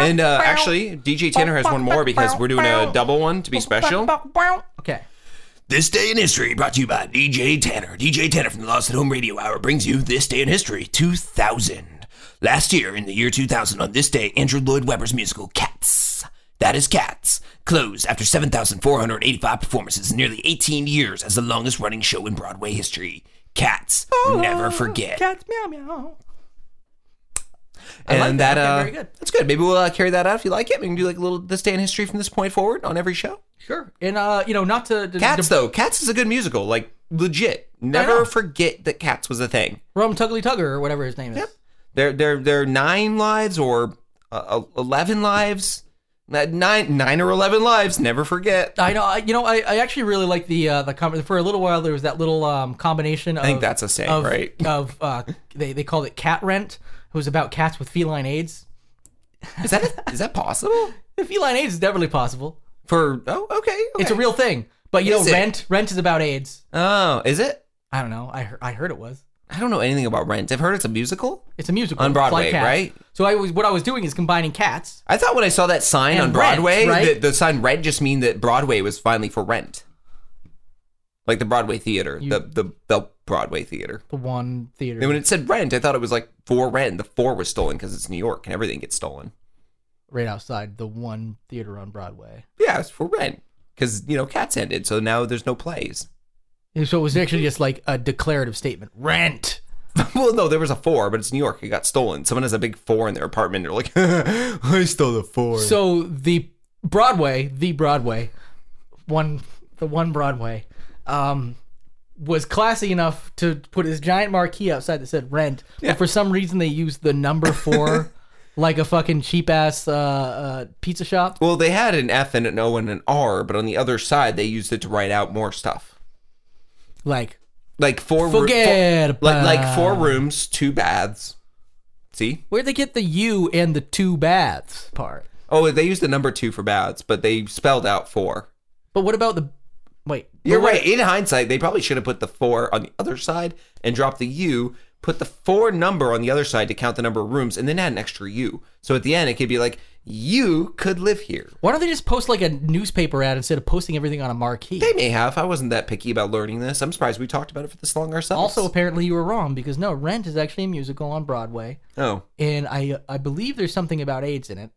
[SPEAKER 5] and uh, actually DJ Tanner has one more because we're doing a double one to be special.
[SPEAKER 4] Okay.
[SPEAKER 6] This Day in History brought to you by DJ Tanner. DJ Tanner from the Lost at Home Radio Hour brings you This Day in History 2000. Last year, in the year 2000, on this day, Andrew Lloyd Webber's musical Cats, that is Cats, closed after 7,485 performances in nearly 18 years as the longest running show in Broadway history. Cats,
[SPEAKER 4] Oh,
[SPEAKER 6] never forget.
[SPEAKER 4] Cats meow meow.
[SPEAKER 5] And
[SPEAKER 4] like that. Okay,
[SPEAKER 5] uh,
[SPEAKER 4] very good.
[SPEAKER 5] that's good. Maybe we'll uh, carry that out if you like it. We can do like a little this day in history from this point forward on every show.
[SPEAKER 4] Sure. And uh, you know, not to, to
[SPEAKER 5] Cats
[SPEAKER 4] to-
[SPEAKER 5] though, Cats is a good musical. Like legit,
[SPEAKER 4] know.
[SPEAKER 5] never forget that Cats was a thing.
[SPEAKER 4] Rum Tuggly Tugger or whatever his name is.
[SPEAKER 5] There, there, there are nine lives or uh, eleven lives. That Nine, nine or eleven lives. Never forget.
[SPEAKER 4] I know. I, you know, I, I actually really like the uh, the com- for a little while there was that little um, combination. Of, I
[SPEAKER 5] think that's a saying,
[SPEAKER 4] of,
[SPEAKER 5] right?
[SPEAKER 4] Of uh, they they called it cat rent. It was about cats with feline AIDS.
[SPEAKER 5] Is that a, is that possible?
[SPEAKER 4] The feline AIDS is definitely possible.
[SPEAKER 5] For oh, okay,
[SPEAKER 4] It's a
[SPEAKER 5] okay.
[SPEAKER 4] real thing. But you
[SPEAKER 5] Is
[SPEAKER 4] know,
[SPEAKER 5] it?
[SPEAKER 4] rent rent is about AIDS.
[SPEAKER 5] oh, is it?
[SPEAKER 4] I don't know. I heard, I heard it was.
[SPEAKER 5] I don't know anything about Rent. I've heard it's a musical.
[SPEAKER 4] It's a musical
[SPEAKER 5] On
[SPEAKER 4] It's
[SPEAKER 5] Broadway,
[SPEAKER 4] like Cats.
[SPEAKER 5] right?
[SPEAKER 4] So I was what I was doing is combining cats.
[SPEAKER 5] I thought when I saw that sign
[SPEAKER 4] And
[SPEAKER 5] on Broadway,
[SPEAKER 4] Rent, right?
[SPEAKER 5] that the sign Rent just mean that Broadway was finally for Rent, like the Broadway theater, the, the the Broadway theater.
[SPEAKER 4] The one theater.
[SPEAKER 5] And when it said Rent, I thought it was like for Rent. The four was stolen because it's New York and everything gets stolen.
[SPEAKER 4] right outside the one theater on Broadway.
[SPEAKER 5] Yeah, it's for Rent because you know Cats ended, so now there's no plays.
[SPEAKER 4] And so it was actually just like a declarative statement. Rent.
[SPEAKER 5] well, no, there was a four, but it's New York. It got stolen. Someone has a big four in their apartment. They're like, I stole a four.
[SPEAKER 4] So the Broadway, the Broadway, one the one Broadway, um, was classy enough to put this giant marquee outside that said rent. but for some reason they used the number four like a fucking cheap ass uh, uh, pizza shop.
[SPEAKER 5] Well, they had an F and an O and an R, but on the other side, they used it to write out more stuff.
[SPEAKER 4] Like
[SPEAKER 5] Like four, roo-
[SPEAKER 4] Forget
[SPEAKER 5] four- like like
[SPEAKER 4] about-
[SPEAKER 5] four rooms, two baths. See?
[SPEAKER 4] where'd they get the you and the two baths part?
[SPEAKER 5] Oh, they used the number two for baths, but they spelled out four.
[SPEAKER 4] But what about the wait? but
[SPEAKER 5] You're
[SPEAKER 4] what-
[SPEAKER 5] right. In hindsight, they probably should have put the four on the other side and dropped the U, put the four number on the other side to count the number of rooms, and then add an extra U. So at the end, it could be like, you could live here.
[SPEAKER 4] Why don't they just post like a newspaper ad instead of posting everything on a marquee?
[SPEAKER 5] They may have. I wasn't that picky about learning this. I'm surprised we talked about it for this long ourselves.
[SPEAKER 4] Also, apparently, you were wrong because no, Rent is actually a musical on Broadway.
[SPEAKER 5] oh,
[SPEAKER 4] and I I believe there's something about AIDS in it.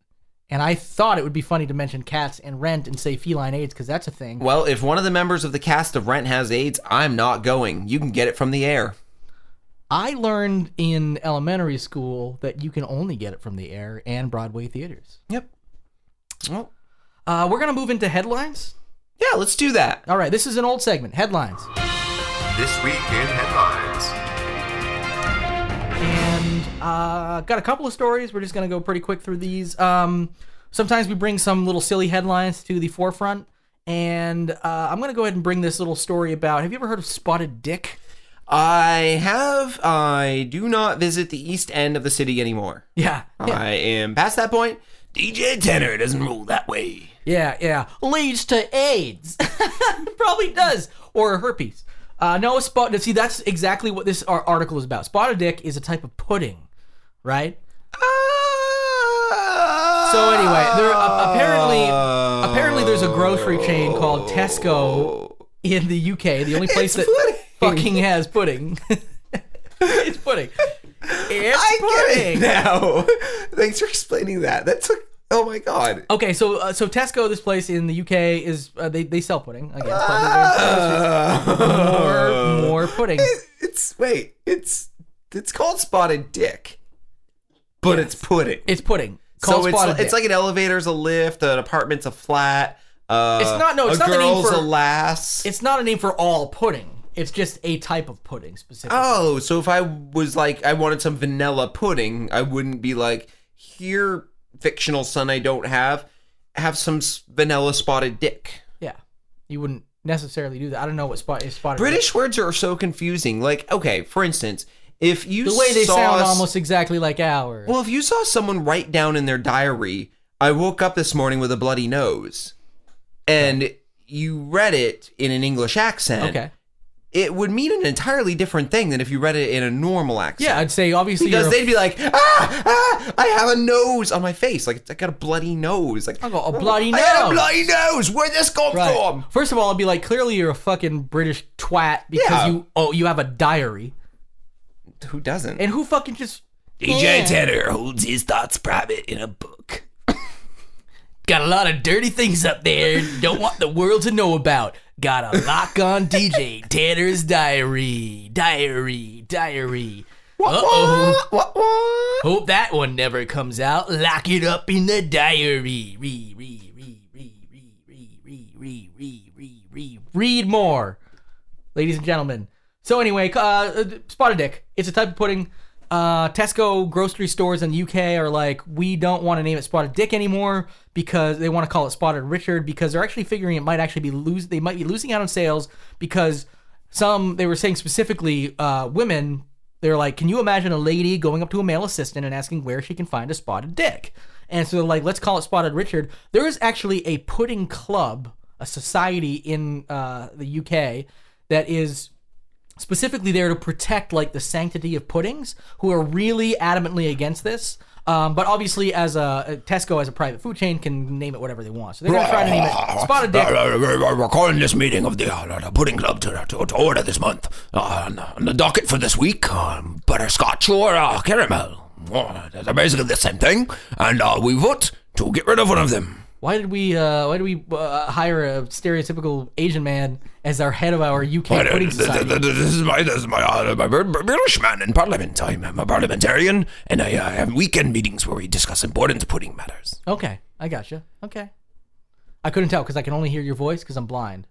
[SPEAKER 4] And I thought it would be funny to mention cats and rent and say feline AIDS because that's a thing.
[SPEAKER 5] Well, if one of the members of the cast of Rent has AIDS, I'm not going. You can get it from the air.
[SPEAKER 4] I learned in elementary school that you can only get it from the air and Broadway theaters.
[SPEAKER 5] Yep. Well,
[SPEAKER 4] Uh, we're gonna move into headlines.
[SPEAKER 5] yeah, let's do that.
[SPEAKER 4] All right, this is an old segment, headlines.
[SPEAKER 7] This Week in Headlines.
[SPEAKER 4] and uh, got a couple of stories. We're just gonna go pretty quick through these. Um, sometimes we bring some little silly headlines to the forefront, and uh, I'm gonna go ahead and bring this little story about. Have you ever heard of Spotted Dick?
[SPEAKER 5] I have. I do not visit the east end of the city anymore.
[SPEAKER 4] Yeah, yeah,
[SPEAKER 5] I am past that point.
[SPEAKER 6] DJ Tanner doesn't rule that way.
[SPEAKER 4] yeah, yeah. Leads to AIDS. Probably does, or herpes. Uh, no, spot. See, that's exactly what this ar- article is about. Spotted Dick is a type of pudding, right?
[SPEAKER 5] Ah!
[SPEAKER 4] So anyway, there uh, apparently
[SPEAKER 5] Oh.
[SPEAKER 4] apparently there's a grocery chain called Tesco in the UK, the only place
[SPEAKER 5] It's
[SPEAKER 4] that
[SPEAKER 5] pudding.
[SPEAKER 4] fucking has pudding. it's pudding. It's
[SPEAKER 5] I
[SPEAKER 4] pudding.
[SPEAKER 5] get it now. Thanks for explaining that. That took Oh my god.
[SPEAKER 4] Okay, so uh, so Tesco, this place in the UK is uh, they they sell pudding. I guess probably more more pudding.
[SPEAKER 5] Ah. Uh, It- it's wait, it's it's called spotted dick. But it's pudding.
[SPEAKER 4] It's pudding.
[SPEAKER 5] so
[SPEAKER 4] Called
[SPEAKER 5] it's,
[SPEAKER 4] spotted
[SPEAKER 5] li- it's
[SPEAKER 4] dick.
[SPEAKER 5] like an elevator's a lift, an apartment's a flat. Uh,
[SPEAKER 4] It's not- no, it's
[SPEAKER 5] a
[SPEAKER 4] not the name
[SPEAKER 5] girl's
[SPEAKER 4] for-
[SPEAKER 5] a lass.
[SPEAKER 4] it's not a name for all pudding. It's just a type of pudding specifically.
[SPEAKER 5] oh, so if I was like, I wanted some vanilla pudding, I wouldn't be like, here, fictional son, I don't have, have some s- vanilla spotted dick.
[SPEAKER 4] Yeah, you wouldn't necessarily do that. I don't know what spot is spotted.
[SPEAKER 5] British words are so confusing. Like, okay, for instance, if you
[SPEAKER 4] The way they
[SPEAKER 5] saw
[SPEAKER 4] sound
[SPEAKER 5] s-
[SPEAKER 4] almost exactly like ours.
[SPEAKER 5] well, if you saw someone write down in their diary, I woke up this morning with a bloody nose, and you read it in an English accent.
[SPEAKER 4] okay.
[SPEAKER 5] it would mean an entirely different thing than if you read it in a normal accent.
[SPEAKER 4] Yeah, I'd say obviously
[SPEAKER 5] Because
[SPEAKER 4] you're
[SPEAKER 5] they'd be like, ah, ah, I have a nose on my face. Like, I got a bloody nose. Like,
[SPEAKER 4] I got a bloody
[SPEAKER 5] I got a
[SPEAKER 4] nose.
[SPEAKER 5] bloody nose. Where this come
[SPEAKER 4] Right.
[SPEAKER 5] from?
[SPEAKER 4] First of all, I'd be like, clearly you're a fucking British twat because
[SPEAKER 5] Yeah.
[SPEAKER 4] you oh you have a diary,
[SPEAKER 5] Who doesn't?
[SPEAKER 4] and who fucking just
[SPEAKER 6] DJ
[SPEAKER 4] Yeah.
[SPEAKER 6] Tanner holds his thoughts private in a book.
[SPEAKER 4] got a lot of dirty things up there. Don't want the world to know about. Got a lock on DJ Tanner's diary, diary, diary. Uh oh.
[SPEAKER 5] What, what?
[SPEAKER 4] Hope that one never comes out. Lock it up in the diary. Re, re, re, re, re, re, re, re, re, re, re. Read more, ladies and gentlemen. So anyway, uh, uh, spotted dick. It's a type of pudding. Uh, Tesco grocery stores in the UK are like, we don't want to name it spotted dick anymore because they want to call it spotted Richard because they're actually figuring it might actually be lose. They might be losing out on sales because some they were saying specifically uh, women they're like, can you imagine a lady going up to a male assistant and asking where she can find a spotted dick? And so they're like, let's call it Spotted Richard. There is actually a pudding club, a society in uh, the UK that is specifically there to protect like the sanctity of puddings who are really adamantly against this um, but obviously as a uh, tesco as a private food chain can name it whatever they want so they're going to try to name it spotted dick
[SPEAKER 6] We're calling this meeting of the, uh, the Pudding Club to, to, to order this month. Uh, on, the- on the docket for this week, um, butterscotch or uh, caramel. Uh, they're basically the same thing, and uh, we vote to get rid of one of them.
[SPEAKER 4] Why did we? Uh, why did we uh, hire a stereotypical Asian man as our head of our UK
[SPEAKER 6] Why, uh,
[SPEAKER 4] pudding
[SPEAKER 6] th- th-
[SPEAKER 4] society?
[SPEAKER 6] th- This is my, this is my, uh, my Br- Br- British man in Parliament. I'm, I'm a parliamentarian, and I uh, have weekend meetings where we discuss important pudding matters.
[SPEAKER 4] okay, I gotcha. Okay, I couldn't tell because I can only hear your voice because I'm blind.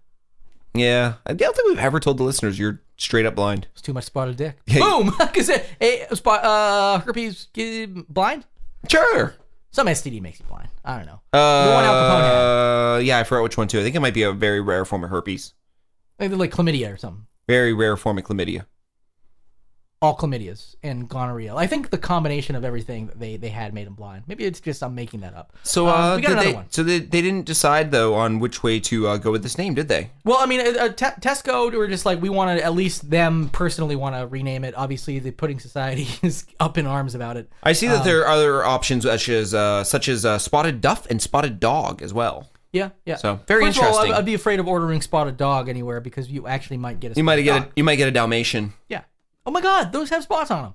[SPEAKER 5] Yeah. I don't think we've ever told the listeners you're straight up blind.
[SPEAKER 4] It's too much spotted dick.
[SPEAKER 5] Yeah.
[SPEAKER 4] Boom! Because hey, spot uh, herpes uh, blind.
[SPEAKER 5] Sure.
[SPEAKER 4] Some STD makes you blind. I don't know. the one Al Capone had.
[SPEAKER 5] Uh, yeah, I forgot which one too. I think it might be a very rare form of herpes.
[SPEAKER 4] Maybe like chlamydia or something.
[SPEAKER 5] Very rare form of chlamydia.
[SPEAKER 4] All chlamydias and gonorrhea. I think the combination of everything that they they had made him blind. Maybe it's just I'm making that up. Um,
[SPEAKER 5] So uh,
[SPEAKER 4] we got
[SPEAKER 5] did
[SPEAKER 4] another
[SPEAKER 5] they,
[SPEAKER 4] one.
[SPEAKER 5] So they, they didn't decide though on which way to uh, go with this name, did they?
[SPEAKER 4] Well, I mean, uh, uh, Te- Tesco were just like we want to at least them personally want to rename it. Obviously, the Pudding Society is up in arms about it.
[SPEAKER 5] I see
[SPEAKER 6] Um,
[SPEAKER 5] that there are other options such as uh, such as uh, spotted duff and spotted dog as well.
[SPEAKER 4] Yeah, yeah.
[SPEAKER 5] So, very
[SPEAKER 4] First of all, I'd-
[SPEAKER 5] interesting.
[SPEAKER 4] I'd, be afraid of ordering spotted dog anywhere because you actually might get a.
[SPEAKER 5] You might
[SPEAKER 4] spotted
[SPEAKER 5] get a,
[SPEAKER 4] dog.
[SPEAKER 5] you might get a Dalmatian.
[SPEAKER 4] Yeah. Oh my God, those have spots on them.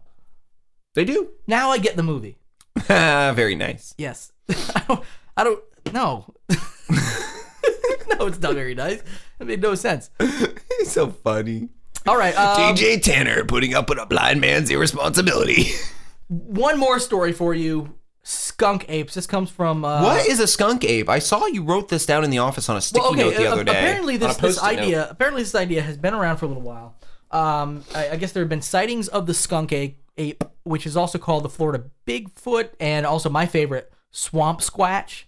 [SPEAKER 5] They do.
[SPEAKER 4] Now I get the movie.
[SPEAKER 5] very nice.
[SPEAKER 4] Yes. I don't. I don't. No. no, it's not very nice. It made no sense.
[SPEAKER 5] It's so funny.
[SPEAKER 4] All right. Um,
[SPEAKER 6] DJ Tanner putting up with a blind man's irresponsibility.
[SPEAKER 4] um, one more story for you. Skunk apes. This comes from uh,
[SPEAKER 5] what is a skunk ape? I saw you wrote this down in the office on a sticky note the
[SPEAKER 4] a-
[SPEAKER 6] uh,
[SPEAKER 5] other day.
[SPEAKER 4] uh, Apparently,
[SPEAKER 5] on
[SPEAKER 4] this,
[SPEAKER 5] a
[SPEAKER 4] this
[SPEAKER 5] Post-it note.
[SPEAKER 4] idea apparently this idea has been around for a little while. Um, I, I guess there have been sightings of the skunk ape, ape, which is also called the Florida Bigfoot, and also my favorite swamp squatch,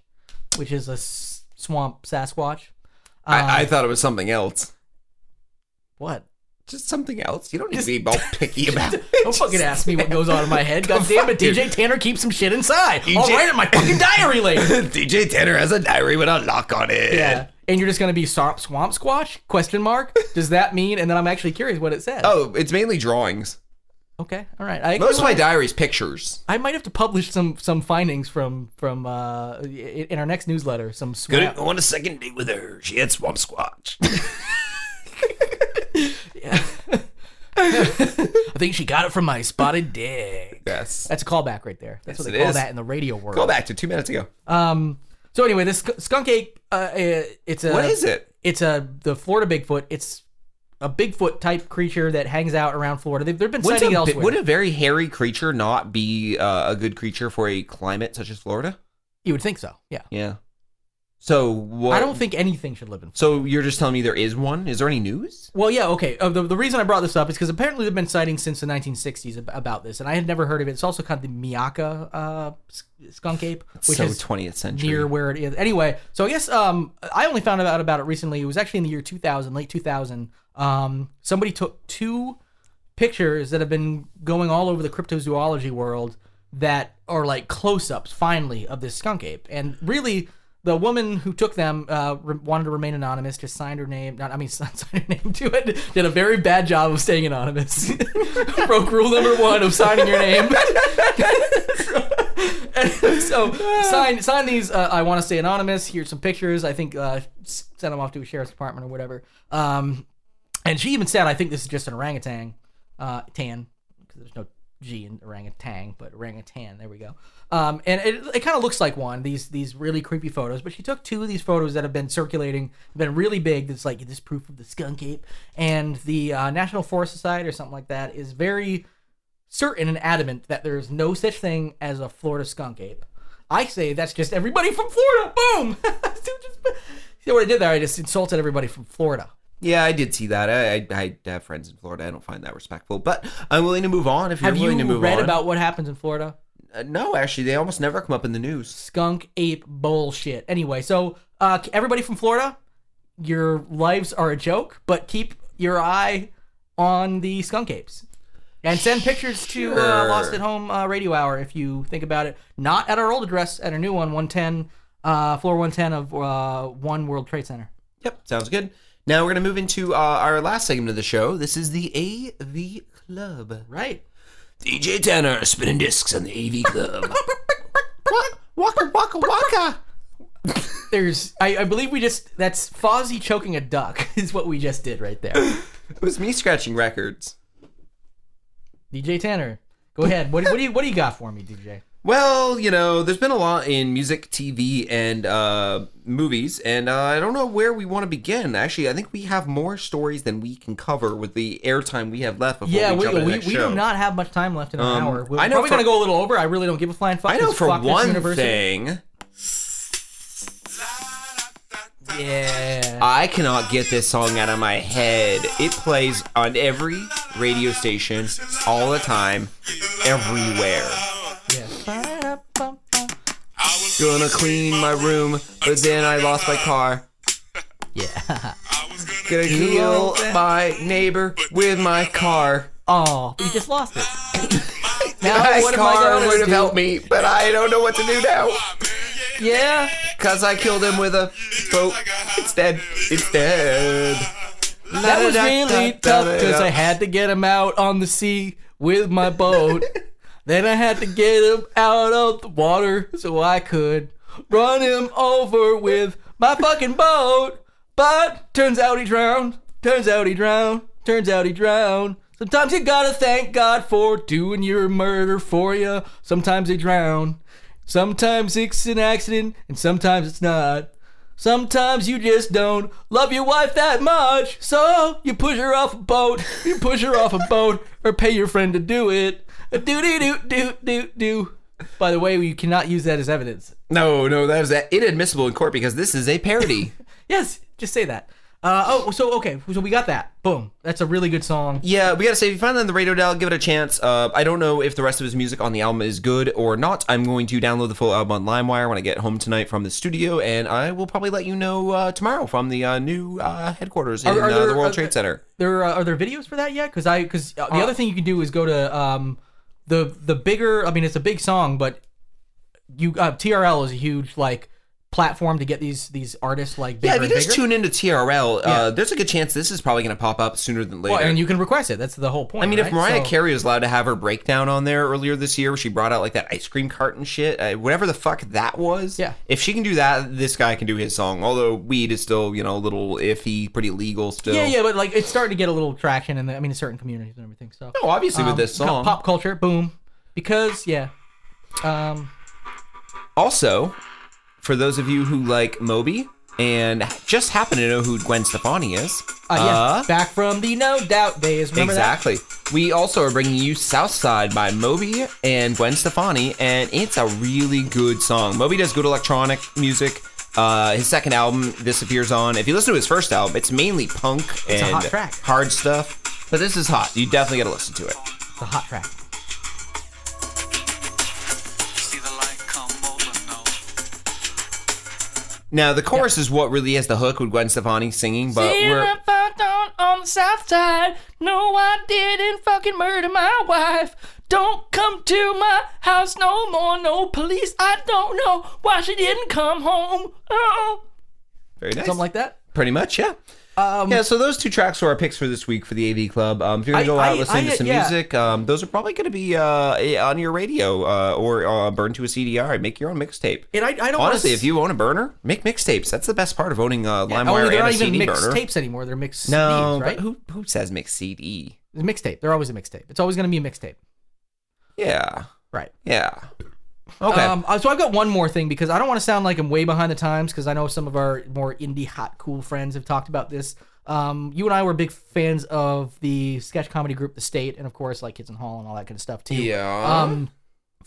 [SPEAKER 4] which is a s- swamp Sasquatch.
[SPEAKER 6] uh,
[SPEAKER 5] I, I thought it was something else.
[SPEAKER 4] What?
[SPEAKER 5] Just something else. You don't need to be all picky about it.
[SPEAKER 4] Don't fucking ask me what goes on in my head. God damn it, DJ Tanner keeps some shit inside.
[SPEAKER 5] E
[SPEAKER 4] I'll
[SPEAKER 6] DJ
[SPEAKER 4] write it in my fucking diary later.
[SPEAKER 6] DJ Tanner has a diary with a lock on it.
[SPEAKER 4] Yeah. And you're just gonna be swamp, swamp squash? Question mark? Does that mean? And then I'm actually curious what it says.
[SPEAKER 5] Oh, it's mainly drawings.
[SPEAKER 4] okay, all right. I
[SPEAKER 5] Most of my diary's pictures.
[SPEAKER 4] I might have to publish some some findings from from uh, i- in our next newsletter. Some
[SPEAKER 6] Couldn't
[SPEAKER 4] swamp.
[SPEAKER 6] go on a second date with her. She had swamp squatch.
[SPEAKER 4] I think she got it from my spotted dick.
[SPEAKER 5] Yes.
[SPEAKER 4] That's a callback right there. That's
[SPEAKER 5] Yes,
[SPEAKER 4] what
[SPEAKER 5] it
[SPEAKER 4] they call
[SPEAKER 5] is.
[SPEAKER 4] that in the radio world.
[SPEAKER 5] Go back to two minutes ago.
[SPEAKER 4] Um. So anyway, this sk- skunk ape, uh, uh, it's a
[SPEAKER 5] What is it?
[SPEAKER 4] It's a the Florida Bigfoot. It's a Bigfoot type creature that hangs out around Florida. They've, they've been
[SPEAKER 5] Wouldn't
[SPEAKER 4] sighting
[SPEAKER 5] a, bi-
[SPEAKER 4] elsewhere.
[SPEAKER 5] would a very hairy creature not be uh, a good creature for a climate such as Florida?
[SPEAKER 4] you would think so. Yeah.
[SPEAKER 5] Yeah. So what?
[SPEAKER 4] I don't think anything should live in.
[SPEAKER 5] So you're just telling me there is one? Is there any news?
[SPEAKER 4] Well, yeah, okay. Uh, the, the reason I brought this up is because apparently they've been sightings since the 1960s ab- about this, and I had never heard of it. It's also called the Miyaka uh, s- skunk ape, which
[SPEAKER 5] so
[SPEAKER 4] is
[SPEAKER 5] 20th century.
[SPEAKER 4] near where it is. Anyway, so I guess um, I only found out about it recently. It was actually in the year 2000, late 2000. Um, somebody took two pictures that have been going all over the cryptozoology world that are like close-ups, finally, of this skunk ape. And really, the woman who took them uh, re- wanted to remain anonymous. Just signed her name. Not, I mean, signed her name to it. Did a very bad job of staying anonymous. Broke rule number one of signing your name. so sign sign these. Uh, I want to stay anonymous. Here's some pictures. I think uh, s- send them off to a sheriff's department or whatever. Um, and she even said, I think this is just an orangutan, uh, tan, because there's no G in orangutan, but orangutan. There we go. Um, and it, it kind of looks like one. These these really creepy photos. But she took two of these photos that have been circulating, been really big. That's like this proof of the skunk ape, and the uh, National Forest Society or something like that is very certain and adamant that there is no such thing as a Florida skunk ape. I say that's just everybody from Florida. Boom. See what I did there? I just insulted everybody from Florida.
[SPEAKER 5] Yeah, I did see that. I, I, I have friends in Florida. I don't find that respectful, but I'm willing to move on if you're
[SPEAKER 4] Have
[SPEAKER 5] willing
[SPEAKER 4] you
[SPEAKER 5] to move
[SPEAKER 4] read
[SPEAKER 5] on.
[SPEAKER 4] about what happens in Florida?
[SPEAKER 5] Uh, no, actually, they almost never come up in the news.
[SPEAKER 4] Skunk ape bullshit. Anyway, so uh, everybody from Florida, your lives are a joke, but keep your eye on the skunk apes. And send pictures to uh,
[SPEAKER 5] Sure.
[SPEAKER 4] Lost at Home uh, Radio Hour if you think about it. Not at our old address, at our new one, 110, uh, floor 110 of uh, One World Trade Center.
[SPEAKER 5] Yep, sounds good. Now we're going to move into uh, our last segment of the show. This is the AV Club.
[SPEAKER 4] Right.
[SPEAKER 6] DJ Tanner spinning discs on the AV Club.
[SPEAKER 5] Waka waka waka.
[SPEAKER 4] There's, I, I believe we just, that's Fozzie choking a duck, is what we just did right there.
[SPEAKER 5] It was me scratching records.
[SPEAKER 4] DJ Tanner, go ahead. What, what do you what do you got for me, DJ?
[SPEAKER 5] Well, you know, there's been a lot in music, TV, and uh, movies, and uh, I don't know where we want to begin. Actually, I think we have more stories than we can cover with the airtime we have left before
[SPEAKER 4] Yeah,
[SPEAKER 5] we
[SPEAKER 4] we,
[SPEAKER 5] jump into the
[SPEAKER 4] we,
[SPEAKER 5] next
[SPEAKER 4] we
[SPEAKER 5] show.
[SPEAKER 4] do not have much time left in an
[SPEAKER 5] Um,
[SPEAKER 4] hour. We're
[SPEAKER 5] I know
[SPEAKER 4] probably
[SPEAKER 5] for-
[SPEAKER 4] gonna go a little over. I really don't give a flying fuck.
[SPEAKER 5] I know
[SPEAKER 4] This
[SPEAKER 5] for
[SPEAKER 4] fuck this
[SPEAKER 5] one
[SPEAKER 4] university.
[SPEAKER 5] thing,
[SPEAKER 4] Yeah.
[SPEAKER 5] I cannot get this song out of my head. It plays on every radio station all the time, everywhere.
[SPEAKER 4] yeah.
[SPEAKER 5] Gonna clean my room, but then I lost my car.
[SPEAKER 4] Yeah.
[SPEAKER 5] Gonna kill my neighbor with my car.
[SPEAKER 4] Oh, you just lost it. now
[SPEAKER 5] My
[SPEAKER 4] what am I
[SPEAKER 5] car
[SPEAKER 4] gonna
[SPEAKER 5] would have
[SPEAKER 4] do?
[SPEAKER 5] helped me, but I don't know what to do now.
[SPEAKER 4] Yeah.
[SPEAKER 5] Cause I killed him with a boat. It's dead. It's dead.
[SPEAKER 4] That was really tough because I had to get him out on the sea with my boat. then I had to get him out of the water so I could run him over with my fucking boat. But turns out he drowned. Turns out he drowned. Turns out he drowned. Sometimes you gotta thank God for doing your murder for you. Sometimes they drown. Sometimes it's an accident, and sometimes it's not. Sometimes you just don't love your wife that much, so you push her off a boat, you push her off a boat, or pay your friend to do it. Do do do do do do. By the way, you cannot use that as evidence.
[SPEAKER 5] No, no, that is inadmissible in court because this is a parody.
[SPEAKER 4] Yes, just say that. Uh, oh, so okay, so we got that. Boom. That's a really good song.
[SPEAKER 5] yeah, we gotta say if you find that on the radio dial, give it a chance. Uh, I don't know if the rest of his music on the album is good or not. I'm going to download the full album on LimeWire when I get home tonight from the studio, and I will probably let you know uh, tomorrow from the uh, new uh, headquarters in
[SPEAKER 4] Are- are
[SPEAKER 5] uh, the
[SPEAKER 4] there-
[SPEAKER 5] World
[SPEAKER 4] are-
[SPEAKER 5] Trade Center.
[SPEAKER 4] There uh, are there videos for that yet? Because I because uh, the other thing you can do is go to um the the bigger. I mean, it's a big song, but you uh, TRL is a huge like platform to get these these artists like bigger
[SPEAKER 5] Yeah, if you
[SPEAKER 4] and
[SPEAKER 5] guys
[SPEAKER 4] bigger.
[SPEAKER 5] tune into TRL,
[SPEAKER 4] Yeah.
[SPEAKER 5] uh, there's a good chance this is probably going to pop up sooner than later.
[SPEAKER 4] well, and you can request it. That's the whole point.
[SPEAKER 5] I mean, if
[SPEAKER 4] right?
[SPEAKER 5] Mariah
[SPEAKER 4] So-
[SPEAKER 5] Carey was allowed to have her breakdown on there earlier this year, where she brought out like that ice cream cart and shit, uh, whatever the fuck that was.
[SPEAKER 4] Yeah.
[SPEAKER 5] If she can do that, this guy can do his song. Although weed is still, you know, a little iffy, pretty legal still.
[SPEAKER 4] Yeah, yeah, but like it's starting to get a little traction in the, I mean, in certain communities and everything. So
[SPEAKER 5] No, Oh, obviously
[SPEAKER 4] Um,
[SPEAKER 5] with this
[SPEAKER 4] cu-
[SPEAKER 5] song.
[SPEAKER 4] pop culture, boom, because yeah, um,
[SPEAKER 5] Also, for those of you who like Moby and just happen to know who Gwen Stefani is,
[SPEAKER 4] uh, yeah,
[SPEAKER 5] uh,
[SPEAKER 4] back from the No Doubt days. Remember that?
[SPEAKER 5] exactly. We also are bringing you Southside by Moby and Gwen Stefani, and it's a really good song. Moby does good electronic music. Uh, his second album this appears on. If you listen to his first album, it's mainly punk and
[SPEAKER 4] a hot track.
[SPEAKER 5] hard stuff, but this is hot. You definitely got to listen to it.
[SPEAKER 4] It's a hot track.
[SPEAKER 8] See the light come over now.
[SPEAKER 5] Now the chorus is what really is the hook with Gwen Stefani singing, but we're
[SPEAKER 4] on the south side. No, I didn't fucking murder my wife. Don't come to my house no more. No police. I don't know why she didn't come home. Oh,
[SPEAKER 5] very nice.
[SPEAKER 4] something like that.
[SPEAKER 5] Pretty much, yeah.
[SPEAKER 4] Um,
[SPEAKER 5] yeah, so those two tracks were our picks for this week for the AV Club. Um, if you're gonna
[SPEAKER 4] I-
[SPEAKER 5] go out
[SPEAKER 4] I-
[SPEAKER 5] listening
[SPEAKER 4] I-
[SPEAKER 5] to some
[SPEAKER 4] yeah.
[SPEAKER 5] music, um, those are probably gonna be uh, eh, on your radio uh, or uh, burn to a CDR and make your own mixtape.
[SPEAKER 4] And I- I don't wanna
[SPEAKER 5] honestly,
[SPEAKER 4] s-
[SPEAKER 5] if you own a burner, make mixtapes. That's the best part of owning a
[SPEAKER 4] Only
[SPEAKER 5] LimeWire
[SPEAKER 4] Oh, they're
[SPEAKER 5] and a
[SPEAKER 4] not even
[SPEAKER 5] CD
[SPEAKER 4] mixed
[SPEAKER 5] burner.
[SPEAKER 4] tapes anymore. They're mixed
[SPEAKER 5] no,
[SPEAKER 4] CDs, right?
[SPEAKER 5] but who who says mix CD?
[SPEAKER 4] It's a mixtape. They're always a mixtape. It's always going to be a mixtape.
[SPEAKER 5] Yeah,
[SPEAKER 4] Right.
[SPEAKER 5] yeah. Okay,
[SPEAKER 4] Um, uh, so I've got one more thing because I don't want to sound like I'm way behind the times because I know some of our more indie hot cool friends have talked about this. Um, you and I were big fans of the sketch comedy group The State, and of course like Kids in Hall and all that kind of stuff too.
[SPEAKER 5] yeah.
[SPEAKER 4] Um,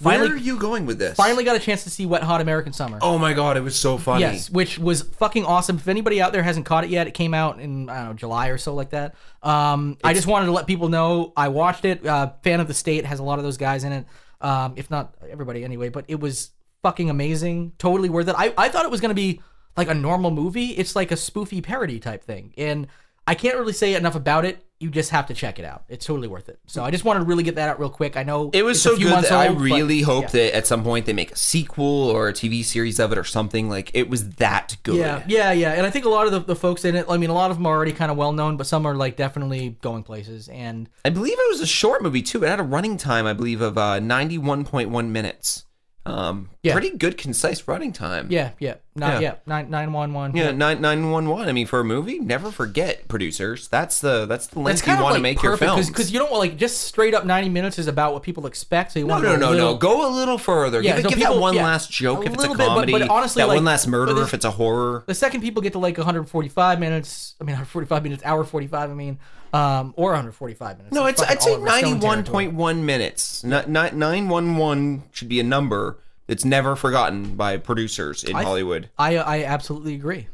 [SPEAKER 5] Where are
[SPEAKER 4] finally,
[SPEAKER 5] you going with this?
[SPEAKER 4] finally got a chance to see Wet Hot American Summer.
[SPEAKER 5] Oh my god, it was so funny.
[SPEAKER 4] Yes, which was fucking awesome. If anybody out there hasn't caught it yet, it came out in I don't know July or so like that. Um, I just wanted to let people know I watched it. Uh, fan of the state has a lot of those guys in it, um, if not everybody anyway. But it was fucking amazing, totally worth it. I I thought it was gonna be like a normal movie. It's like a spoofy parody type thing, and I can't really say enough about it. You just have to check it out. It's totally worth it. So I just wanted to really get that out real quick. I know
[SPEAKER 5] It was
[SPEAKER 4] it's a
[SPEAKER 5] so
[SPEAKER 4] few
[SPEAKER 5] good
[SPEAKER 4] months
[SPEAKER 5] that I
[SPEAKER 4] old, but-
[SPEAKER 5] really hope
[SPEAKER 4] yeah.
[SPEAKER 5] that at some point they make a sequel or a TV series of it or something. Like it was that good.
[SPEAKER 4] Yeah, yeah, yeah. And I think a lot of the, the folks in it, I mean, a lot of them are already kind of well known, but some are like definitely going places. And
[SPEAKER 5] I believe it was a short movie too. It had a running time, I believe, of uh, ninety one point one minutes. Um,
[SPEAKER 4] Yeah.
[SPEAKER 5] pretty good, concise running time.
[SPEAKER 4] yeah, yeah,
[SPEAKER 5] Yeah.
[SPEAKER 4] not, yeah, nine nine one one.
[SPEAKER 5] Yeah, nine nine one one. I mean, for a movie, never forget producers. That's the that's the
[SPEAKER 4] That's
[SPEAKER 5] length you
[SPEAKER 4] kind of
[SPEAKER 5] want
[SPEAKER 4] want
[SPEAKER 5] to
[SPEAKER 4] like
[SPEAKER 5] make your
[SPEAKER 4] perfect
[SPEAKER 5] films.
[SPEAKER 4] because you don't want like just straight up ninety minutes is about what people expect. So you
[SPEAKER 5] no,
[SPEAKER 4] want to go a
[SPEAKER 5] no, no,
[SPEAKER 4] little,
[SPEAKER 5] no. Go a little further.
[SPEAKER 4] Yeah,
[SPEAKER 5] give
[SPEAKER 4] no,
[SPEAKER 5] give that
[SPEAKER 4] people-
[SPEAKER 5] one
[SPEAKER 4] yeah.
[SPEAKER 5] last joke
[SPEAKER 4] A
[SPEAKER 5] if it's a
[SPEAKER 4] little bit, but-
[SPEAKER 5] comedy.
[SPEAKER 4] but honestly,
[SPEAKER 5] that one
[SPEAKER 4] like-
[SPEAKER 5] last
[SPEAKER 4] but
[SPEAKER 5] murder
[SPEAKER 4] there's-
[SPEAKER 5] if it's a horror.
[SPEAKER 4] The second people get to like 145 minutes, I mean 145 minutes, hour 45, I mean, um, or 145 minutes.
[SPEAKER 5] No,
[SPEAKER 4] That's
[SPEAKER 5] it's I'd
[SPEAKER 4] fucking
[SPEAKER 5] say
[SPEAKER 4] Oliver Stone
[SPEAKER 5] ninety one
[SPEAKER 4] territory.
[SPEAKER 5] point one minutes. Not nine one one should be a number that's never forgotten by producers in
[SPEAKER 4] I-
[SPEAKER 5] Hollywood.
[SPEAKER 4] I I absolutely agree.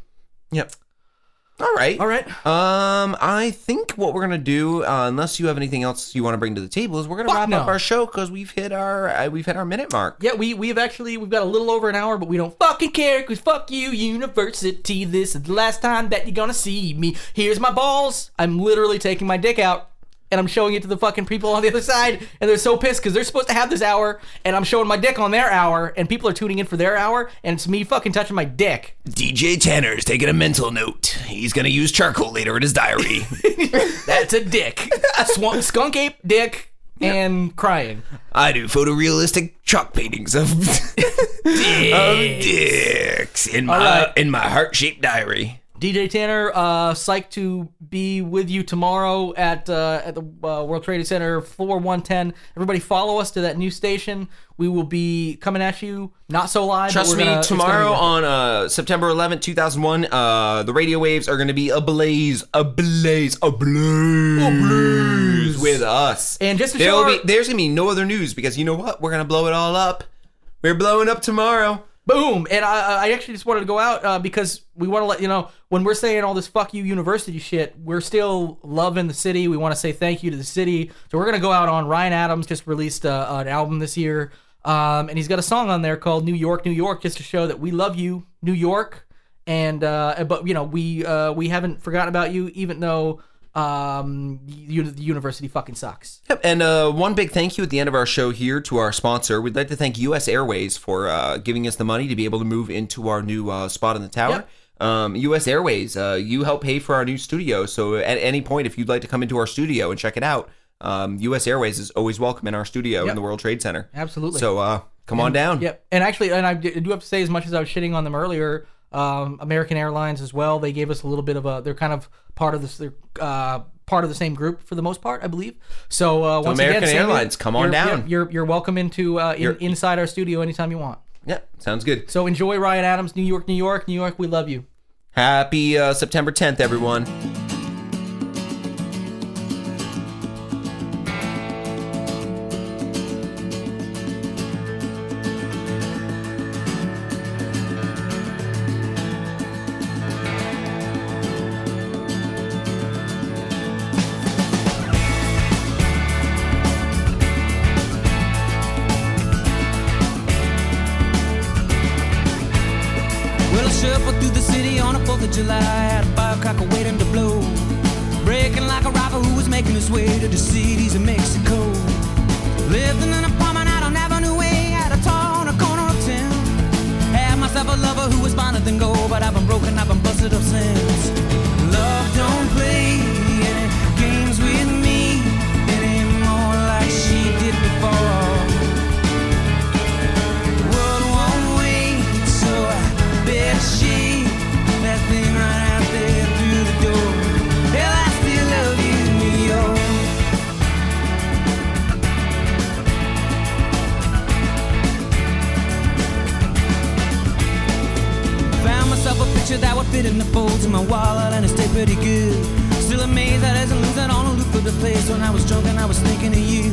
[SPEAKER 5] Yep. All right.
[SPEAKER 4] All right,
[SPEAKER 5] Um, I think what we're gonna do, uh, unless you have anything else you want to bring to the table, is we're gonna
[SPEAKER 4] Fuck
[SPEAKER 5] wrap
[SPEAKER 4] no.
[SPEAKER 5] up our show because we've hit our uh, we've hit our minute mark.
[SPEAKER 4] Yeah, we we've actually we've got a little over an hour, but we don't fucking care because fuck you, university. This is the last time that you're gonna see me. Here's my balls. I'm literally taking my dick out and I'm showing it to the fucking people on the other side, and they're so pissed because they're supposed to have this hour, and I'm showing my dick on their hour, and people are tuning in for their hour, and it's me fucking touching my dick.
[SPEAKER 6] DJ Tanner is taking a mental note. He's gonna use charcoal later in his diary.
[SPEAKER 4] That's a dick. Swamp, skunk ape dick. And crying.
[SPEAKER 6] I do photorealistic chalk paintings of, of dicks in my
[SPEAKER 4] All right.
[SPEAKER 6] in my heart shaped diary.
[SPEAKER 4] DJ Tanner, uh, psyched to be with you tomorrow at uh, at the uh, World Trade Center floor 110. Everybody, follow us to that new station. We will be coming at you, not so live. but
[SPEAKER 5] Trust
[SPEAKER 4] we're
[SPEAKER 5] me,
[SPEAKER 4] gonna- it's gonna be
[SPEAKER 5] tomorrow
[SPEAKER 4] worth it.
[SPEAKER 5] on uh, September 11th, 2001, uh, the radio waves are going to be ablaze, ablaze, ablaze, ablaze with us.
[SPEAKER 4] And just to
[SPEAKER 5] There'll
[SPEAKER 4] show our-
[SPEAKER 5] be, there's going to be no other news because you know what? We're going to blow it all up. We're blowing up tomorrow.
[SPEAKER 4] Boom! And I, I actually just wanted to go out uh, because we want to let you know when we're saying all this "fuck you" university shit, we're still loving the city. We want to say thank you to the city. So we're gonna go out on Ryan Adams just released uh, an album this year, um, and he's got a song on there called "New York, New York," just to show that we love you, New York. And uh, but you know we uh, we haven't forgotten about you, even though um, u- the university fucking sucks.
[SPEAKER 5] Yep, and uh, one big thank you at the end of our show here to our sponsor. We'd like to thank U.S. Airways for uh, giving us the money to be able to move into our new uh, spot in the tower. Um, U.S. Airways, uh, you help pay for our new studio. So at any point, if you'd like to come into our studio and check it out, um, U.S. Airways is always welcome in our studio
[SPEAKER 4] Yep.
[SPEAKER 5] in the World Trade Center.
[SPEAKER 4] Absolutely.
[SPEAKER 5] So uh, come on down.
[SPEAKER 4] Yep. And actually, and I do have to say, as much as I was shitting on them earlier, um, American Airlines as well. They gave us a little bit of a. They're kind of part of this. They're uh, part of the same group for the most part, I believe. So uh, once
[SPEAKER 5] American
[SPEAKER 4] again, Sammy,
[SPEAKER 5] Airlines, come on
[SPEAKER 4] you're-
[SPEAKER 5] down.
[SPEAKER 4] You're, you're you're welcome into uh, in,
[SPEAKER 5] You're-
[SPEAKER 4] inside our studio anytime you want.
[SPEAKER 5] Yep, sounds good.
[SPEAKER 4] So enjoy Ryan Adams, New York, New York, New York. We love you.
[SPEAKER 5] Happy uh, September 10th, everyone.
[SPEAKER 9] Well, I shuffled through the city on the 4th of July. Had a firecock waiting to blow. Breaking like a robber who was making his way to the cities of Mexico. Lived in an apartment out on Avenue A. Had a tall on the corner of town. Had myself a lover who was finer than gold. But I've been broken, I've been busted up since. Love don't play any games with me anymore like she did before. World won't wait, so I bet she that thing right out there through the door. Hell, I still love you, New York. Found myself a picture that would fit in the folds of my wallet and it stayed pretty good. Still amazed that I didn't lose that on a loop of the place when I was drunk and I was thinking of you.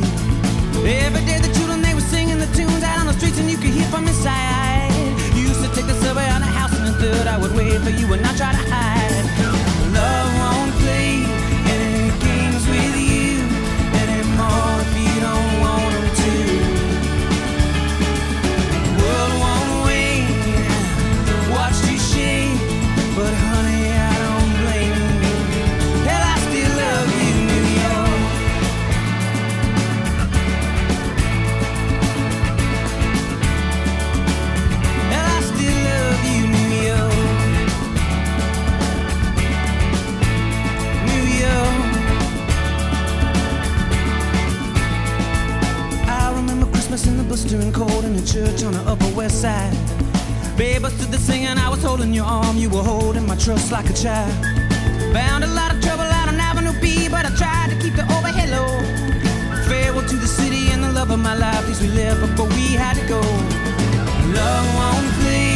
[SPEAKER 9] Every day the children they were singing the tunes out on the streets and you could hear from inside. You used to take the subway on a house in the third. I would wait for you and not try to hide. Love won't play any games with you anymore if you don't want 'em to. World won't wait watch you shake. But honey, I don't blame you. Hell, I still love you, New York. Hell, I still love you, New York. New York. I remember Christmas in the blistering cold in the church on the Upper West Side. Babe, I stood there singing, I was holding your arm, you were holding my trust like a child. Found a lot of trouble out on Avenue B, but I tried to keep the overhead low. Farewell to the city and the love of my life, these we left before we had to go. Love won't play